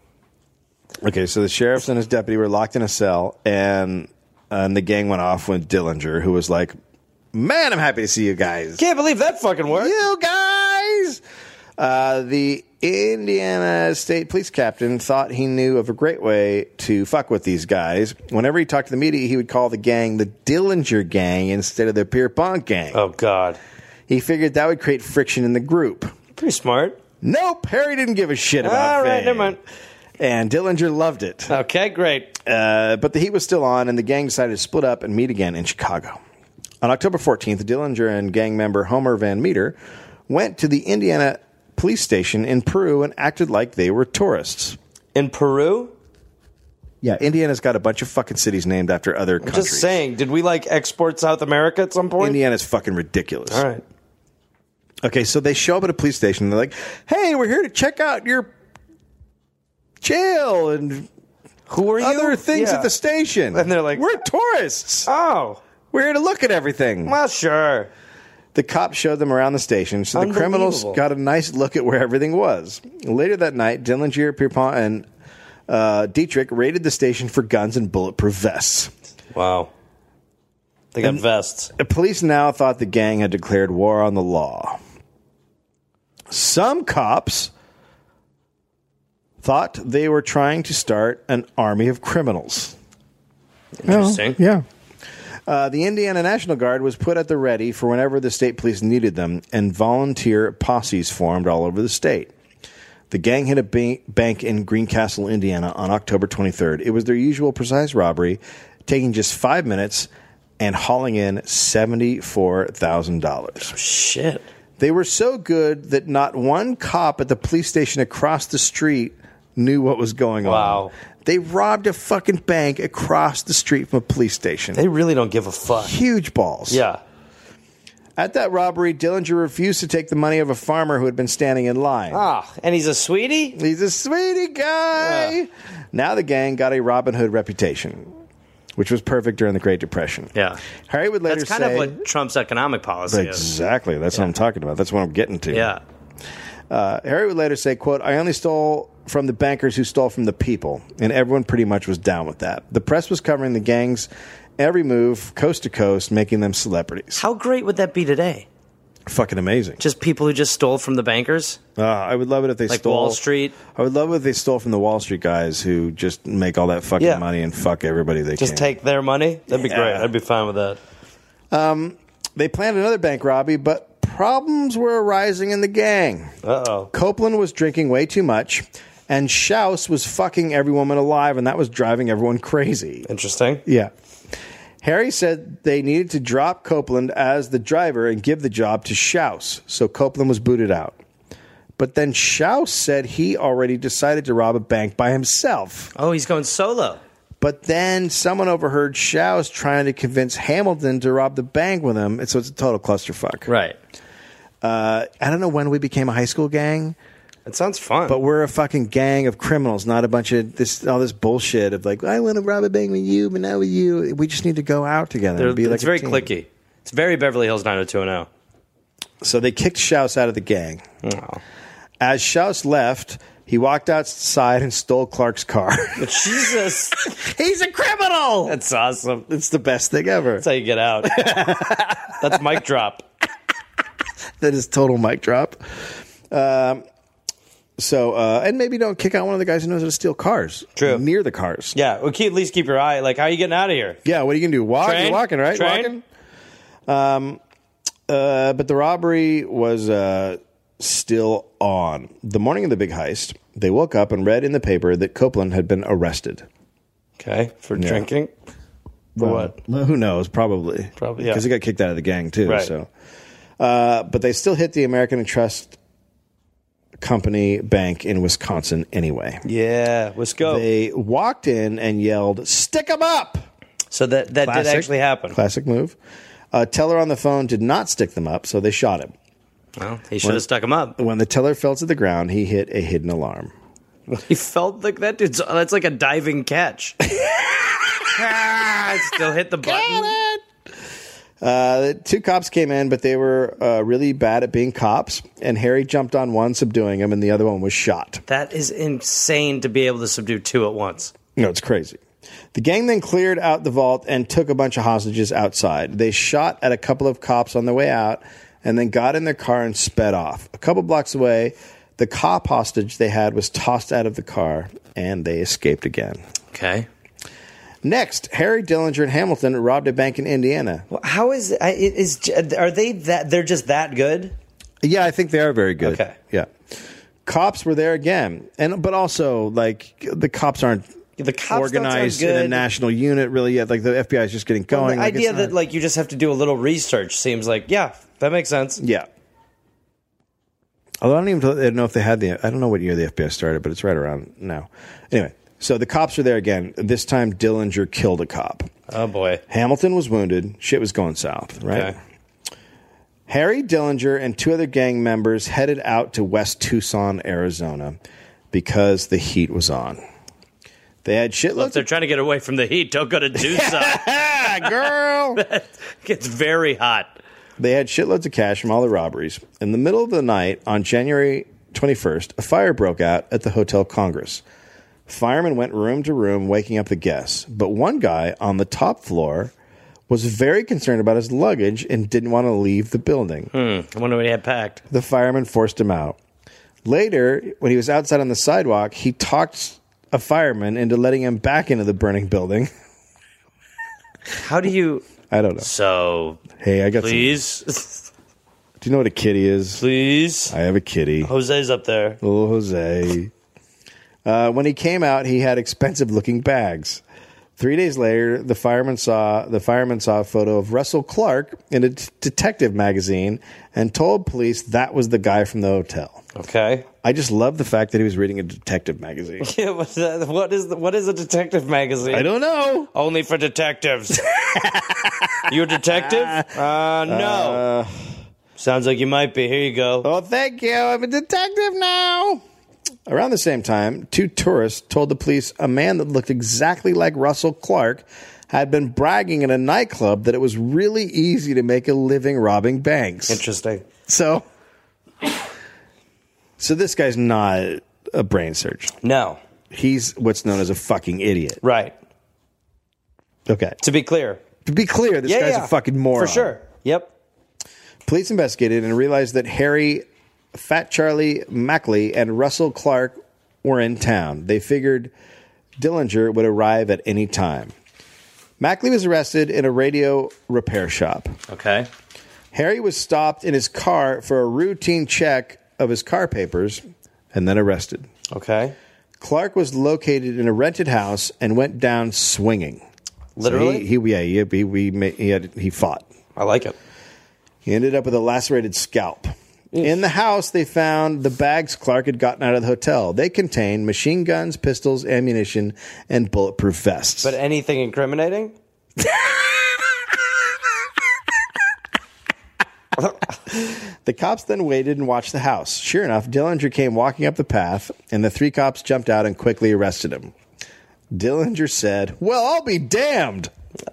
Okay, so the sheriff's and his deputy were locked in a cell, and and the gang went off with Dillinger, who was like, "Man, I'm happy to see you guys." Can't believe that fucking worked. you guys. Uh, the Indiana State Police captain thought he knew of a great way to fuck with these guys. Whenever he talked to the media, he would call the gang the Dillinger Gang instead of the Pierpont Gang. Oh, God. He figured that would create friction in the group. Pretty smart. Nope, Harry didn't give a shit about All right, fame. never mind. And Dillinger loved it. Okay, great. Uh, but the heat was still on, and the gang decided to split up and meet again in Chicago. On October 14th, Dillinger and gang member Homer Van Meter went to the Indiana police station in Peru and acted like they were tourists. In Peru? Yeah, Indiana's got a bunch of fucking cities named after other countries. Just saying, did we like export South America at some point? Indiana's fucking ridiculous. All right. Okay, so they show up at a police station. And they're like, "Hey, we're here to check out your jail and Who are you? other things Yeah. at the station." And they're like- "We're tourists. Oh, We're here to look at everything." well, sure. The cops showed them around the station, so the criminals Unbelievable. got a nice look at where everything was. Later that night, Dillinger, Pierpont, and uh, Dietrich raided the station for guns and bulletproof vests. Wow. They got vests. The police now thought the gang had declared war on the law. Some cops thought they were trying to start an army of criminals. Interesting. Yeah. Uh, the Indiana National Guard was put at the ready for whenever the state police needed them, and volunteer posses formed all over the state. The gang hit a ba- bank in Greencastle, Indiana on October 23rd. It was their usual precise robbery, taking just five minutes and hauling in $74,000. Oh, Shit. They were so good that not one cop at the police station across the street knew what was going on. Wow. They robbed a fucking bank across the street from a police station They really don't give a fuck. huge balls. Yeah. At that robbery, Dillinger refused to take the money of a farmer who had been standing in line. Ah, and he's a sweetie? He's a sweetie guy. Yeah. Now the gang got a Robin Hood reputation, which was perfect during the Great Depression. Yeah. Harry would later That's kind say. of what Trump's economic policy is. Exactly. That's what I'm talking about. That's what I'm getting to. Yeah. Uh, Harry would later say, "quote I only stole from the bankers who stole from the people," and everyone pretty much was down with that. The press was covering the gangs, every move, coast to coast, making them celebrities. How great would that be today? Fucking amazing. Just people who just stole from the bankers? Uh, I would love it if they Like stole Wall Street? I would love it if they stole from the Wall Street guys who just make all that fucking Yeah. money and fuck everybody they Just can. take their money? That'd be great. Yeah. I'd be fine with that. they planned another bank robbery, but problems were arising in the gang. Uh oh. Copeland was drinking way too much, and Schaus was fucking every woman alive, and that was driving everyone crazy. Interesting. Yeah. Harry said they needed to drop Copeland as the driver and give the job to Schaus, so Copeland was booted out. But then Schaus said he already decided to rob a bank by himself. Oh, he's going solo. But then someone overheard Schaus trying to convince Hamilton to rob the bank with him, and so it's a total clusterfuck. Uh, Right. I don't know when we became a high school gang, That sounds fun. but we're a fucking gang of criminals, not a bunch of this all this bullshit of like I want to rob a bank with you, but not with you. We just need to go out together. They're- and be like it's very a team. clicky. It's very Beverly Hills 90210. So they kicked Schaus out of the gang. Oh. As Schaus left, he walked outside and stole Clark's car. Jesus. He's a criminal. That's awesome. That's It's the best thing ever. how you get out. That's mic drop. That is total mic drop. Um, so uh, and maybe don't kick out one of the guys who knows how to steal cars. True. Near the cars. Yeah, well, keep, at least keep your eye. Like, how are you getting out of here? Yeah, what are you gonna do? Walk? Train? You're walking, right? Train? Walking. Um, uh, but the robbery was uh, still on. The morning of the big heist, they woke up and read in the paper that Copeland had been arrested. Okay, for drinking. For what? Well, who knows? Probably. Probably, yeah. Because he got kicked out of the gang too. Right. So, uh, but they still hit the American and Trust Company Bank in Wisconsin anyway. Yeah, let's go. They walked in and yelled, "Stick 'em up!" so that that did Classic. actually happen. Classic move. Uh, teller on the phone did not stick them up, so they shot him. Well, he should have stuck him up. When the teller fell to the ground, he hit a hidden alarm. He felt like that dude's. That's like a diving catch. Ah, still hit the button. Uh, two cops came in, but they were uh, really bad at being cops. And Harry jumped on one, subduing him, and the other one was shot. That is insane to be able to subdue two at once. No, it's crazy. The gang then cleared out the vault and took a bunch of hostages outside. They shot at a couple of cops on the way out and then got in their car and sped off. A couple blocks away, the cop hostage they had was tossed out of the car and they escaped again. Okay. Next, Harry Dillinger and Hamilton robbed a bank in Indiana. Well, how is I- it? Is are they that? They're just that good. Yeah, I think they are very good. Okay. Yeah. Cops were there again. And but also like the cops aren't The cops don't sound organized in a good. national unit really yet. Like the FBI is just getting going. the Like, it's idea not- that like you just have to do a little research seems like yeah, that makes sense. Yeah. Although I don't even I don't know if they had the I don't know what year the FBI started, but it's right around now. Anyway, so the cops are there again. This time Dillinger killed a cop. Oh boy. Hamilton was wounded. Shit was going south, right? Okay. Harry Dillinger and two other gang members headed out to West Tucson, Arizona, because the heat was on. They had shitloads They're of trying to get away from the heat. Don't go to Tucson. girl. It's very hot. They had shitloads of cash from all the robberies. In the middle of the night on January 21st, a fire broke out at the Hotel Congress. Firemen went room to room, waking up the guests. But one guy on the top floor was very concerned about his luggage and didn't want to leave the building. I wonder what he had packed. The firemen forced him out. Later, when he was outside on the sidewalk, he talked a fireman into letting him back into the burning building. How do you? I don't know. So Hey, I got some. Do please, you know what a kitty is? please. Oh. I have a kitty. Jose's up there. Little Jose. Uh, when he came out, he had expensive looking bags. Three days later, the fireman saw the fireman saw a photo of Russell Clark in a t- detective magazine and told police that was the guy from the hotel. Okay. I just love the fact that he was reading a detective magazine. Yeah, what's that? What is the, what is a detective magazine? I don't know. Only for detectives. you a detective? Uh, no. Sounds like you might be. Here you go. Oh, thank you. I'm a detective now. Around the same time, two tourists told the police a man that looked exactly like Russell Clark had been bragging in a nightclub that it was really easy to make a living robbing banks. Interesting. So, so this guy's not a brain surgeon. No. He's what's known as a fucking idiot. Right. Okay. To be clear. To be clear, this Yeah, guy's yeah. a fucking moron. For sure. Yep. Police investigated and realized that Harry, Fat Charlie Mackley, and Russell Clark were in town. They figured Dillinger would arrive at any time. Mackley was arrested in a radio repair shop. Okay. Harry was stopped in his car for a routine check of his car papers and then arrested. Okay. Clark was located in a rented house and went down swinging. Literally? he, he yeah, he, he, we ma- he, had, he fought. I like it. He ended up with a lacerated scalp. In the house, they found the bags Clark had gotten out of the hotel. They contained machine guns, pistols, ammunition, and bulletproof vests. But anything incriminating? The cops then waited and watched the house. Sure enough, Dillinger came walking up the path, and the three cops jumped out and quickly arrested him. Dillinger said, Well, I'll be damned.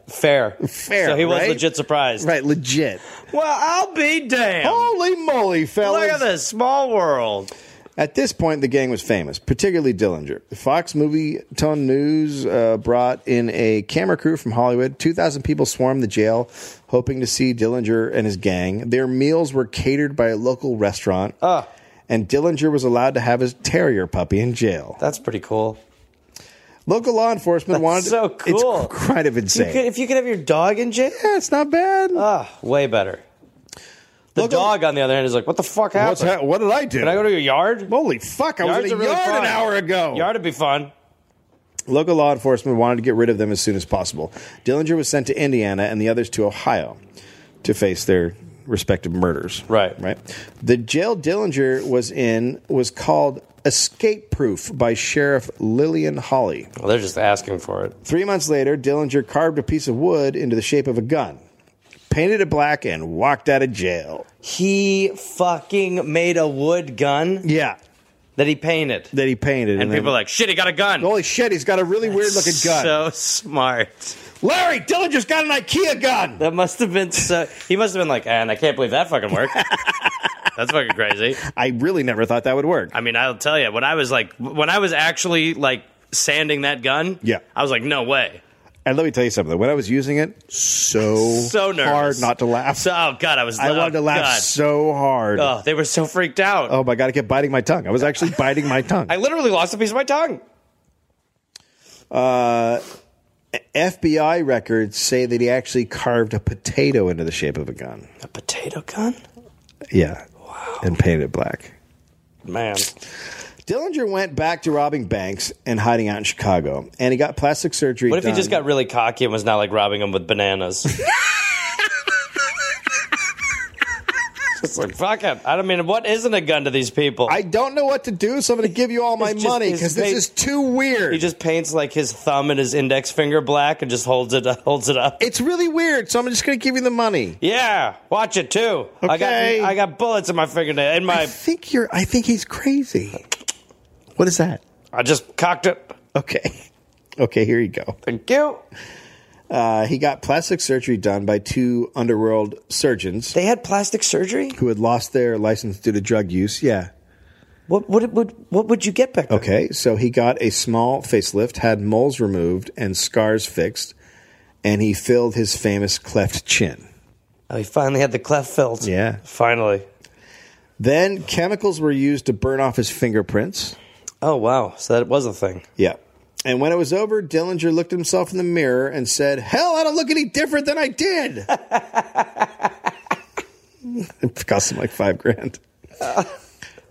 Fair. Fair, So he was right? legit surprised. Right, legit. Well, I'll be damned. Holy moly, fellas. Look at this small world. At this point, the gang was famous, particularly Dillinger. Fox Movie Tone News uh, brought in a camera crew from Hollywood. 2,000 people swarmed the jail, hoping to see Dillinger and his gang. Their meals were catered by a local restaurant, Ah. and Dillinger was allowed to have his terrier puppy in jail. That's pretty cool. Local law enforcement wanted. so cool. It's kind of You insane. could, if you could have your dog in jail, yeah, it's not bad. ah, way better. The Look, dog, on the other hand, is like, what the fuck happened? What's hap- what did I do? Can I go to your yard? Holy fuck! I was Yards in are a really yard fun. an hour ago. Yard would be fun. Local law enforcement wanted to get rid of them as soon as possible. Dillinger was sent to Indiana and the others to Ohio to face their respective murders. Right. Right. The jail Dillinger was in was called Escape Proof by Sheriff Lillian Holly. Well, they're just asking for it. Three months later, Dillinger carved a piece of wood into the shape of a gun, painted it black, and walked out of jail. He fucking made a wood gun Yeah. that he painted. That he painted. And people are like, shit, he got a gun. Holy shit, he's got a really weird looking gun. So smart. Larry, Dillinger's got an IKEA gun. That must have been so. He must have been like, and I can't believe that fucking worked. That's fucking crazy. I really never thought that would work. I mean, I'll tell you, when I was like, when I was actually like sanding that gun, Yeah. I was like, no way. And let me tell you something. When I was using it, so So nervous. hard not to laugh. So, oh god, I was. I wanted oh, to laugh God. so hard. Oh, they were so freaked out. Oh my god, I kept biting my tongue. I was actually biting my tongue. I literally lost a piece of my tongue. FBI records say that he actually carved a potato into the shape of a gun. A potato gun, Yeah. Wow. And painted it black. man. Dillinger went back to robbing banks and hiding out in Chicago, and he got plastic surgery. What if done. he just got really cocky and was not like robbing them with bananas? just like fuck it. I don't mean, what isn't a gun to these people? I don't know what to do, so I'm going to give you all my It's just- money it's because this made- is too weird. He just paints like his thumb and his index finger black and just holds it holds it up. it's really weird, so I'm just going to give you the money. Yeah, watch it too. I got Okay. I got bullets in my fingernail in my I think you're. I think he's crazy. What is that? I just cocked it. Okay. Okay, here you go. Thank you. Uh, he got plastic surgery done by two underworld surgeons They had plastic surgery? who had lost their license due to drug use. Yeah. What what would what would you get back then? Okay, so he got a small facelift, had moles removed and scars fixed, and he filled his famous cleft chin. Oh, he finally had the cleft filled. Yeah. Finally. Then chemicals were used to burn off his fingerprints. Oh wow. So that was a thing. Yeah. And when it was over, Dillinger looked at himself in the mirror and said, Hell, I don't look any different than I did. it cost him like five grand.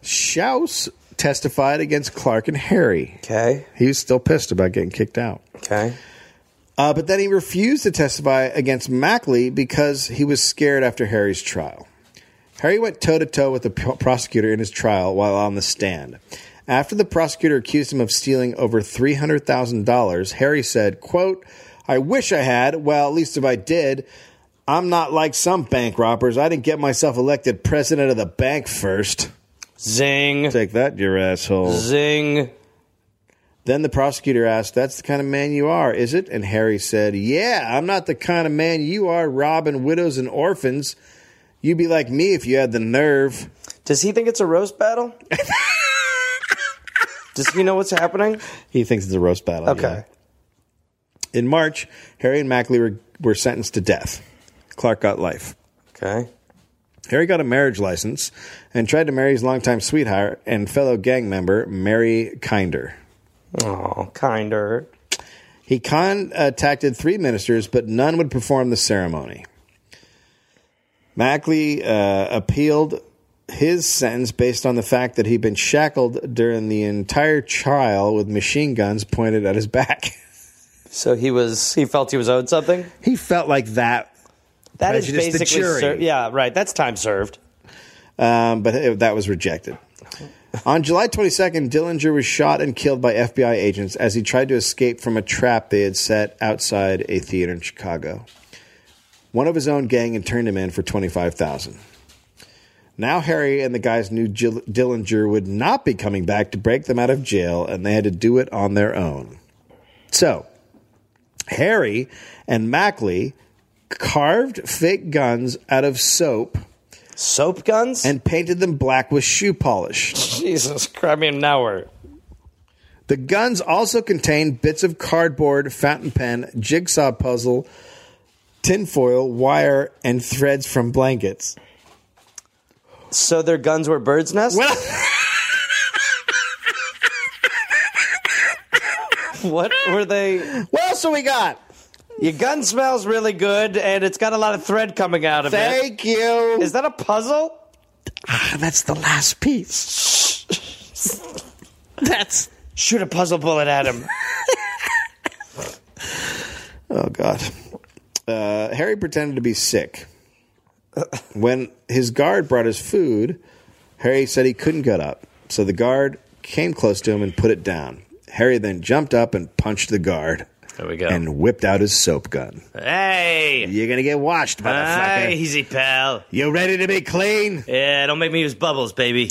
Schaus testified against Clark and Harry. Okay. He was still pissed about getting kicked out. Okay. Uh, but then he refused to testify against Mackley because he was scared after Harry's trial. Harry went toe to toe with the pro- prosecutor in his trial while on the stand. After the prosecutor accused him of stealing over $300,000, Harry said, quote, I wish I had. Well, at least if I did, I'm not like some bank robbers. I didn't get myself elected president of the bank first. Zing. Take that, your asshole. Zing. Then the prosecutor asked, That's the kind of man you are, is it? And Harry said, Yeah, I'm not the kind of man you are robbing widows and orphans. You'd be like me if you had the nerve. Does he think it's a roast battle? Does he know what's happening? He thinks it's a roast battle. yeah. Okay. In March, Harry and Mackley were, were sentenced to death. Clark got life. Okay. Harry got a marriage license and tried to marry his longtime sweetheart and fellow gang member, Mary Kinder. Oh, kinder. He contacted three ministers, but none would perform the ceremony. Mackley uh, appealed his sentence based on the fact that he'd been shackled during the entire trial with machine guns pointed at his back. So he was he felt he was owed something. He felt like that, That is Prejudice the basically jury. ser- yeah, right. That's time served. um, but it- that was rejected. On July 22nd, Dillinger was shot and killed by FBI agents as he tried to escape from a trap they had set outside a theater in Chicago. One of his own gang had turned him in for 25000 Now Harry and the guys knew Jill- Dillinger would not be coming back to break them out of jail, and they had to do it on their own. So, Harry and Mackley carved fake guns out of soap Soap guns. and painted them black with shoe polish. Jesus Christ! I mean, now we're The guns also contained bits of cardboard, fountain pen, jigsaw puzzle, tinfoil, wire, and threads from blankets. so their guns were birds' nests. Well- what were they? What else do we got? Your gun smells really good, and it's got a lot of thread coming out of it. Thank you. Is that a puzzle? Ah, that's the last piece. That's shoot a puzzle bullet at him. Oh, God. Uh, Harry pretended to be sick. When his guard brought his food, Harry said he couldn't get up. So the guard came close to him and put it down. Harry then jumped up and punched the guard. There we go. and whipped out his soap gun. hey, You're gonna get washed, Hi, motherfucker. easy pal. You ready to be clean? Yeah, don't make me use bubbles, baby.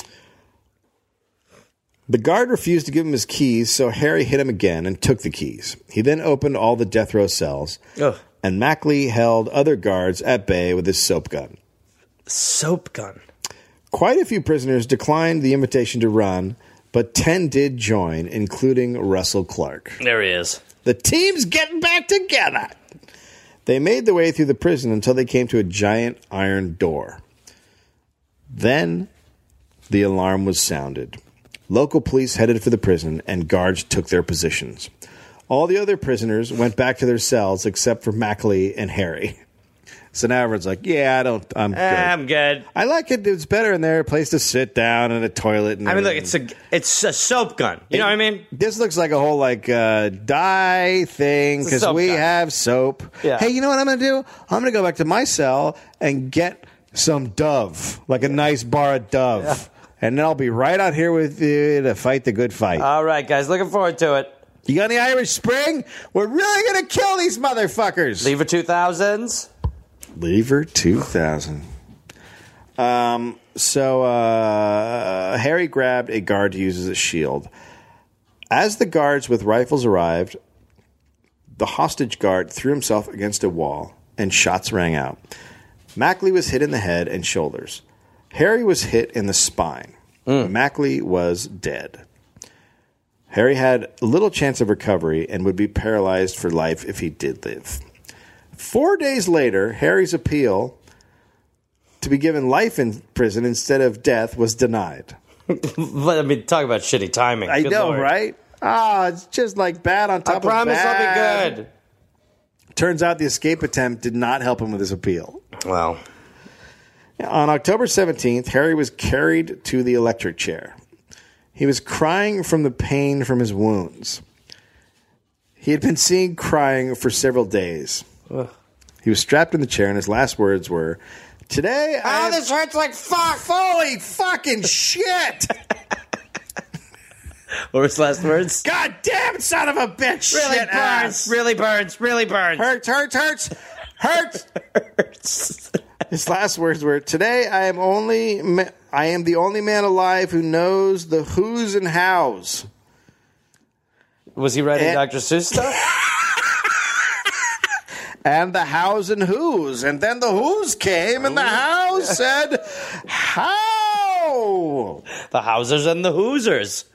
The guard refused to give him his keys, so Harry hit him again and took the keys. He then opened all the death row cells, Ugh. and Mackley held other guards at bay with his soap gun. Soap gun. Quite a few prisoners declined the invitation to run, but 10 did join, including Russell Clark. There he is. The team's getting back together. They made their way through the prison until they came to a giant iron door. Then the alarm was sounded. Local police headed for the prison, and guards took their positions. All the other prisoners went back to their cells except for Mackley and Harry. So now everyone's like, "Yeah, I don't. I'm Um, good. I'm good. I like it. It's better in there. A place to sit down and a toilet. And I mean, look, everything." it's a it's a soap gun. You know what I mean? This looks like a whole like uh, dye thing It's a because soap we guy. have soap. Yeah. Hey, you know what I'm gonna do? I'm gonna go back to my cell and get some Dove, like a nice bar of Dove, and then I'll be right out here with you to fight the good fight. All right, guys, looking forward to it. you got any Irish Spring? We're really gonna kill these motherfuckers. Lever two thousands. Lever two thousand. Um. So uh, Harry grabbed a guard to use as a shield. As the guards with rifles arrived, the hostage guard threw himself against a wall, and shots rang out. Mackley was hit in the head and shoulders. Harry was hit in the spine. Mackley was dead. Harry had little chance of recovery and would be paralyzed for life if he did live. Four days later, Harry's appeal to be given life in prison instead of death was denied. I mean, talk about shitty timing. I Good know, Lord. right? Ah, it's just like bad on top I promise of bad. I'll be Turns out the escape attempt did not help him with his appeal. good. Well, On October 17th, Harry was carried to the electric chair. He was crying from the pain from his wounds. He had been seen crying for several days. He was strapped in the chair, and his last words were, Today, I oh, have- this hurts like fuck. Holy fucking shit! What were his last words? God damn, son of a bitch! really Shit burns. ass. Really burns. Really burns. Hurts, hurts, hurts, hurts. His last words were, "Today I am only, ma- I am the only man alive who knows the who's and hows." Was he writing Eh. Dr. Seuss stuff? and the hows and who's. And then the who's came, and the hows said, How? the Housers and the Hoosers.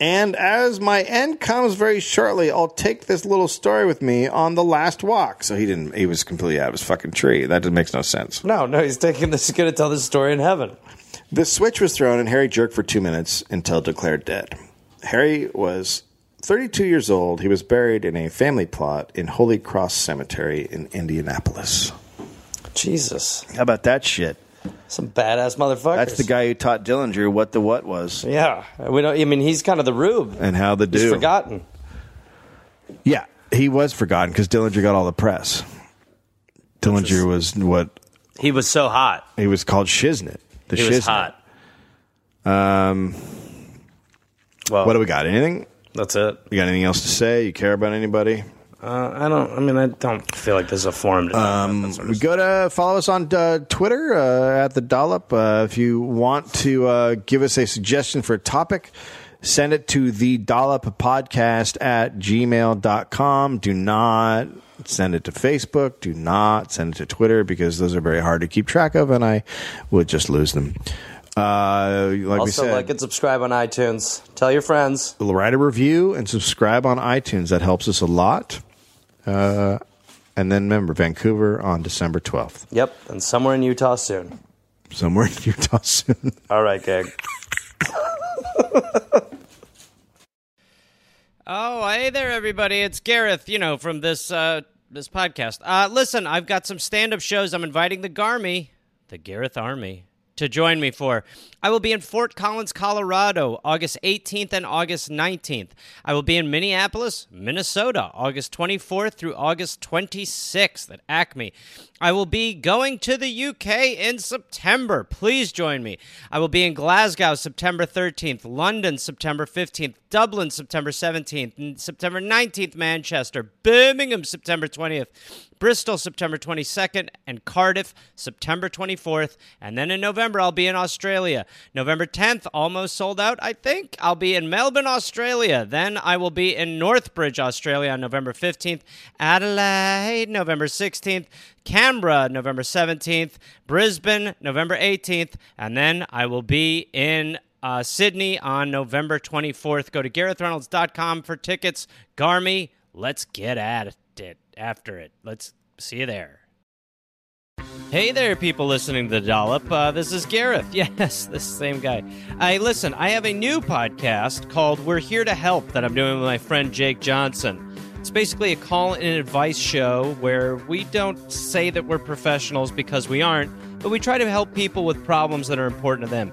And as my end comes very shortly, I'll take this little story with me on the last walk. So he didn't, he was completely out of his fucking tree. That just makes no sense. No, no, he's taking this. He's going to tell this story in heaven. The switch was thrown, and Harry jerked for two minutes until declared dead. Harry was 32 years old. He was buried in a family plot in Holy Cross Cemetery in Indianapolis. Jesus, How about that shit? some badass motherfuckers. That's the guy who taught Dillinger what the what was Yeah, we don't. I mean, he's kind of the rube. and how the He's do. forgotten. Yeah. he was forgotten because Dillinger got all the press. Dillinger was what He was so hot. he was called Shiznit. The He Shiznit. was hot. Um. Well, What do we got? Anything? that's it. You got anything else to say? You care about anybody? Uh, I don't. I mean, I don't feel like this is a forum. To um, We go to follow us on uh, Twitter uh, at the Dollop. Uh, if you want to uh, give us a suggestion for a topic, send it to the Dollop Podcast at gmail.com. Do not send it to Facebook. Do not send it to Twitter because those are very hard to keep track of, and I would just lose them. Uh, like we also, said, like and subscribe on iTunes. Tell your friends. write a review and subscribe on iTunes. That helps us a lot. Uh, and then remember, Vancouver on December 12th. Yep, and somewhere in Utah soon. somewhere in Utah soon. All right, gang. Oh, hey there, everybody. It's Gareth, you know, from this uh, this podcast. Uh, listen, I've got some stand up shows I'm inviting the Garmy, the Gareth Army, to join me for. I will be in Fort Collins, Colorado, August 18th and August 19th. I will be in Minneapolis, Minnesota, August 24th through August 26th at Acme. I will be going to the UK in September. Please join me. I will be in Glasgow September 13th, London September 15th, Dublin September 17th, and September 19th, Manchester, Birmingham September 20th, Bristol September 22nd, and Cardiff September 24th. And then in November, I'll be in Australia. November 10th, almost sold out, I think. I'll be in Melbourne, Australia. Then I will be in Northbridge, Australia on November 15th, Adelaide November 16th, Canberra, November 17th, Brisbane, November 18th, and then I will be in uh, Sydney on November 24th. Go to GarethReynolds.com for tickets. Garmy, let's get at it after it. Let's see you there. Hey there, people listening to the Dollop. Uh, this is Gareth. Yes, this same guy. I listen. I have a new podcast called "We're Here to Help" that I'm doing with my friend Jake Johnson. It's basically a call and advice show where we don't say that we're professionals because we aren't, but we try to help people with problems that are important to them.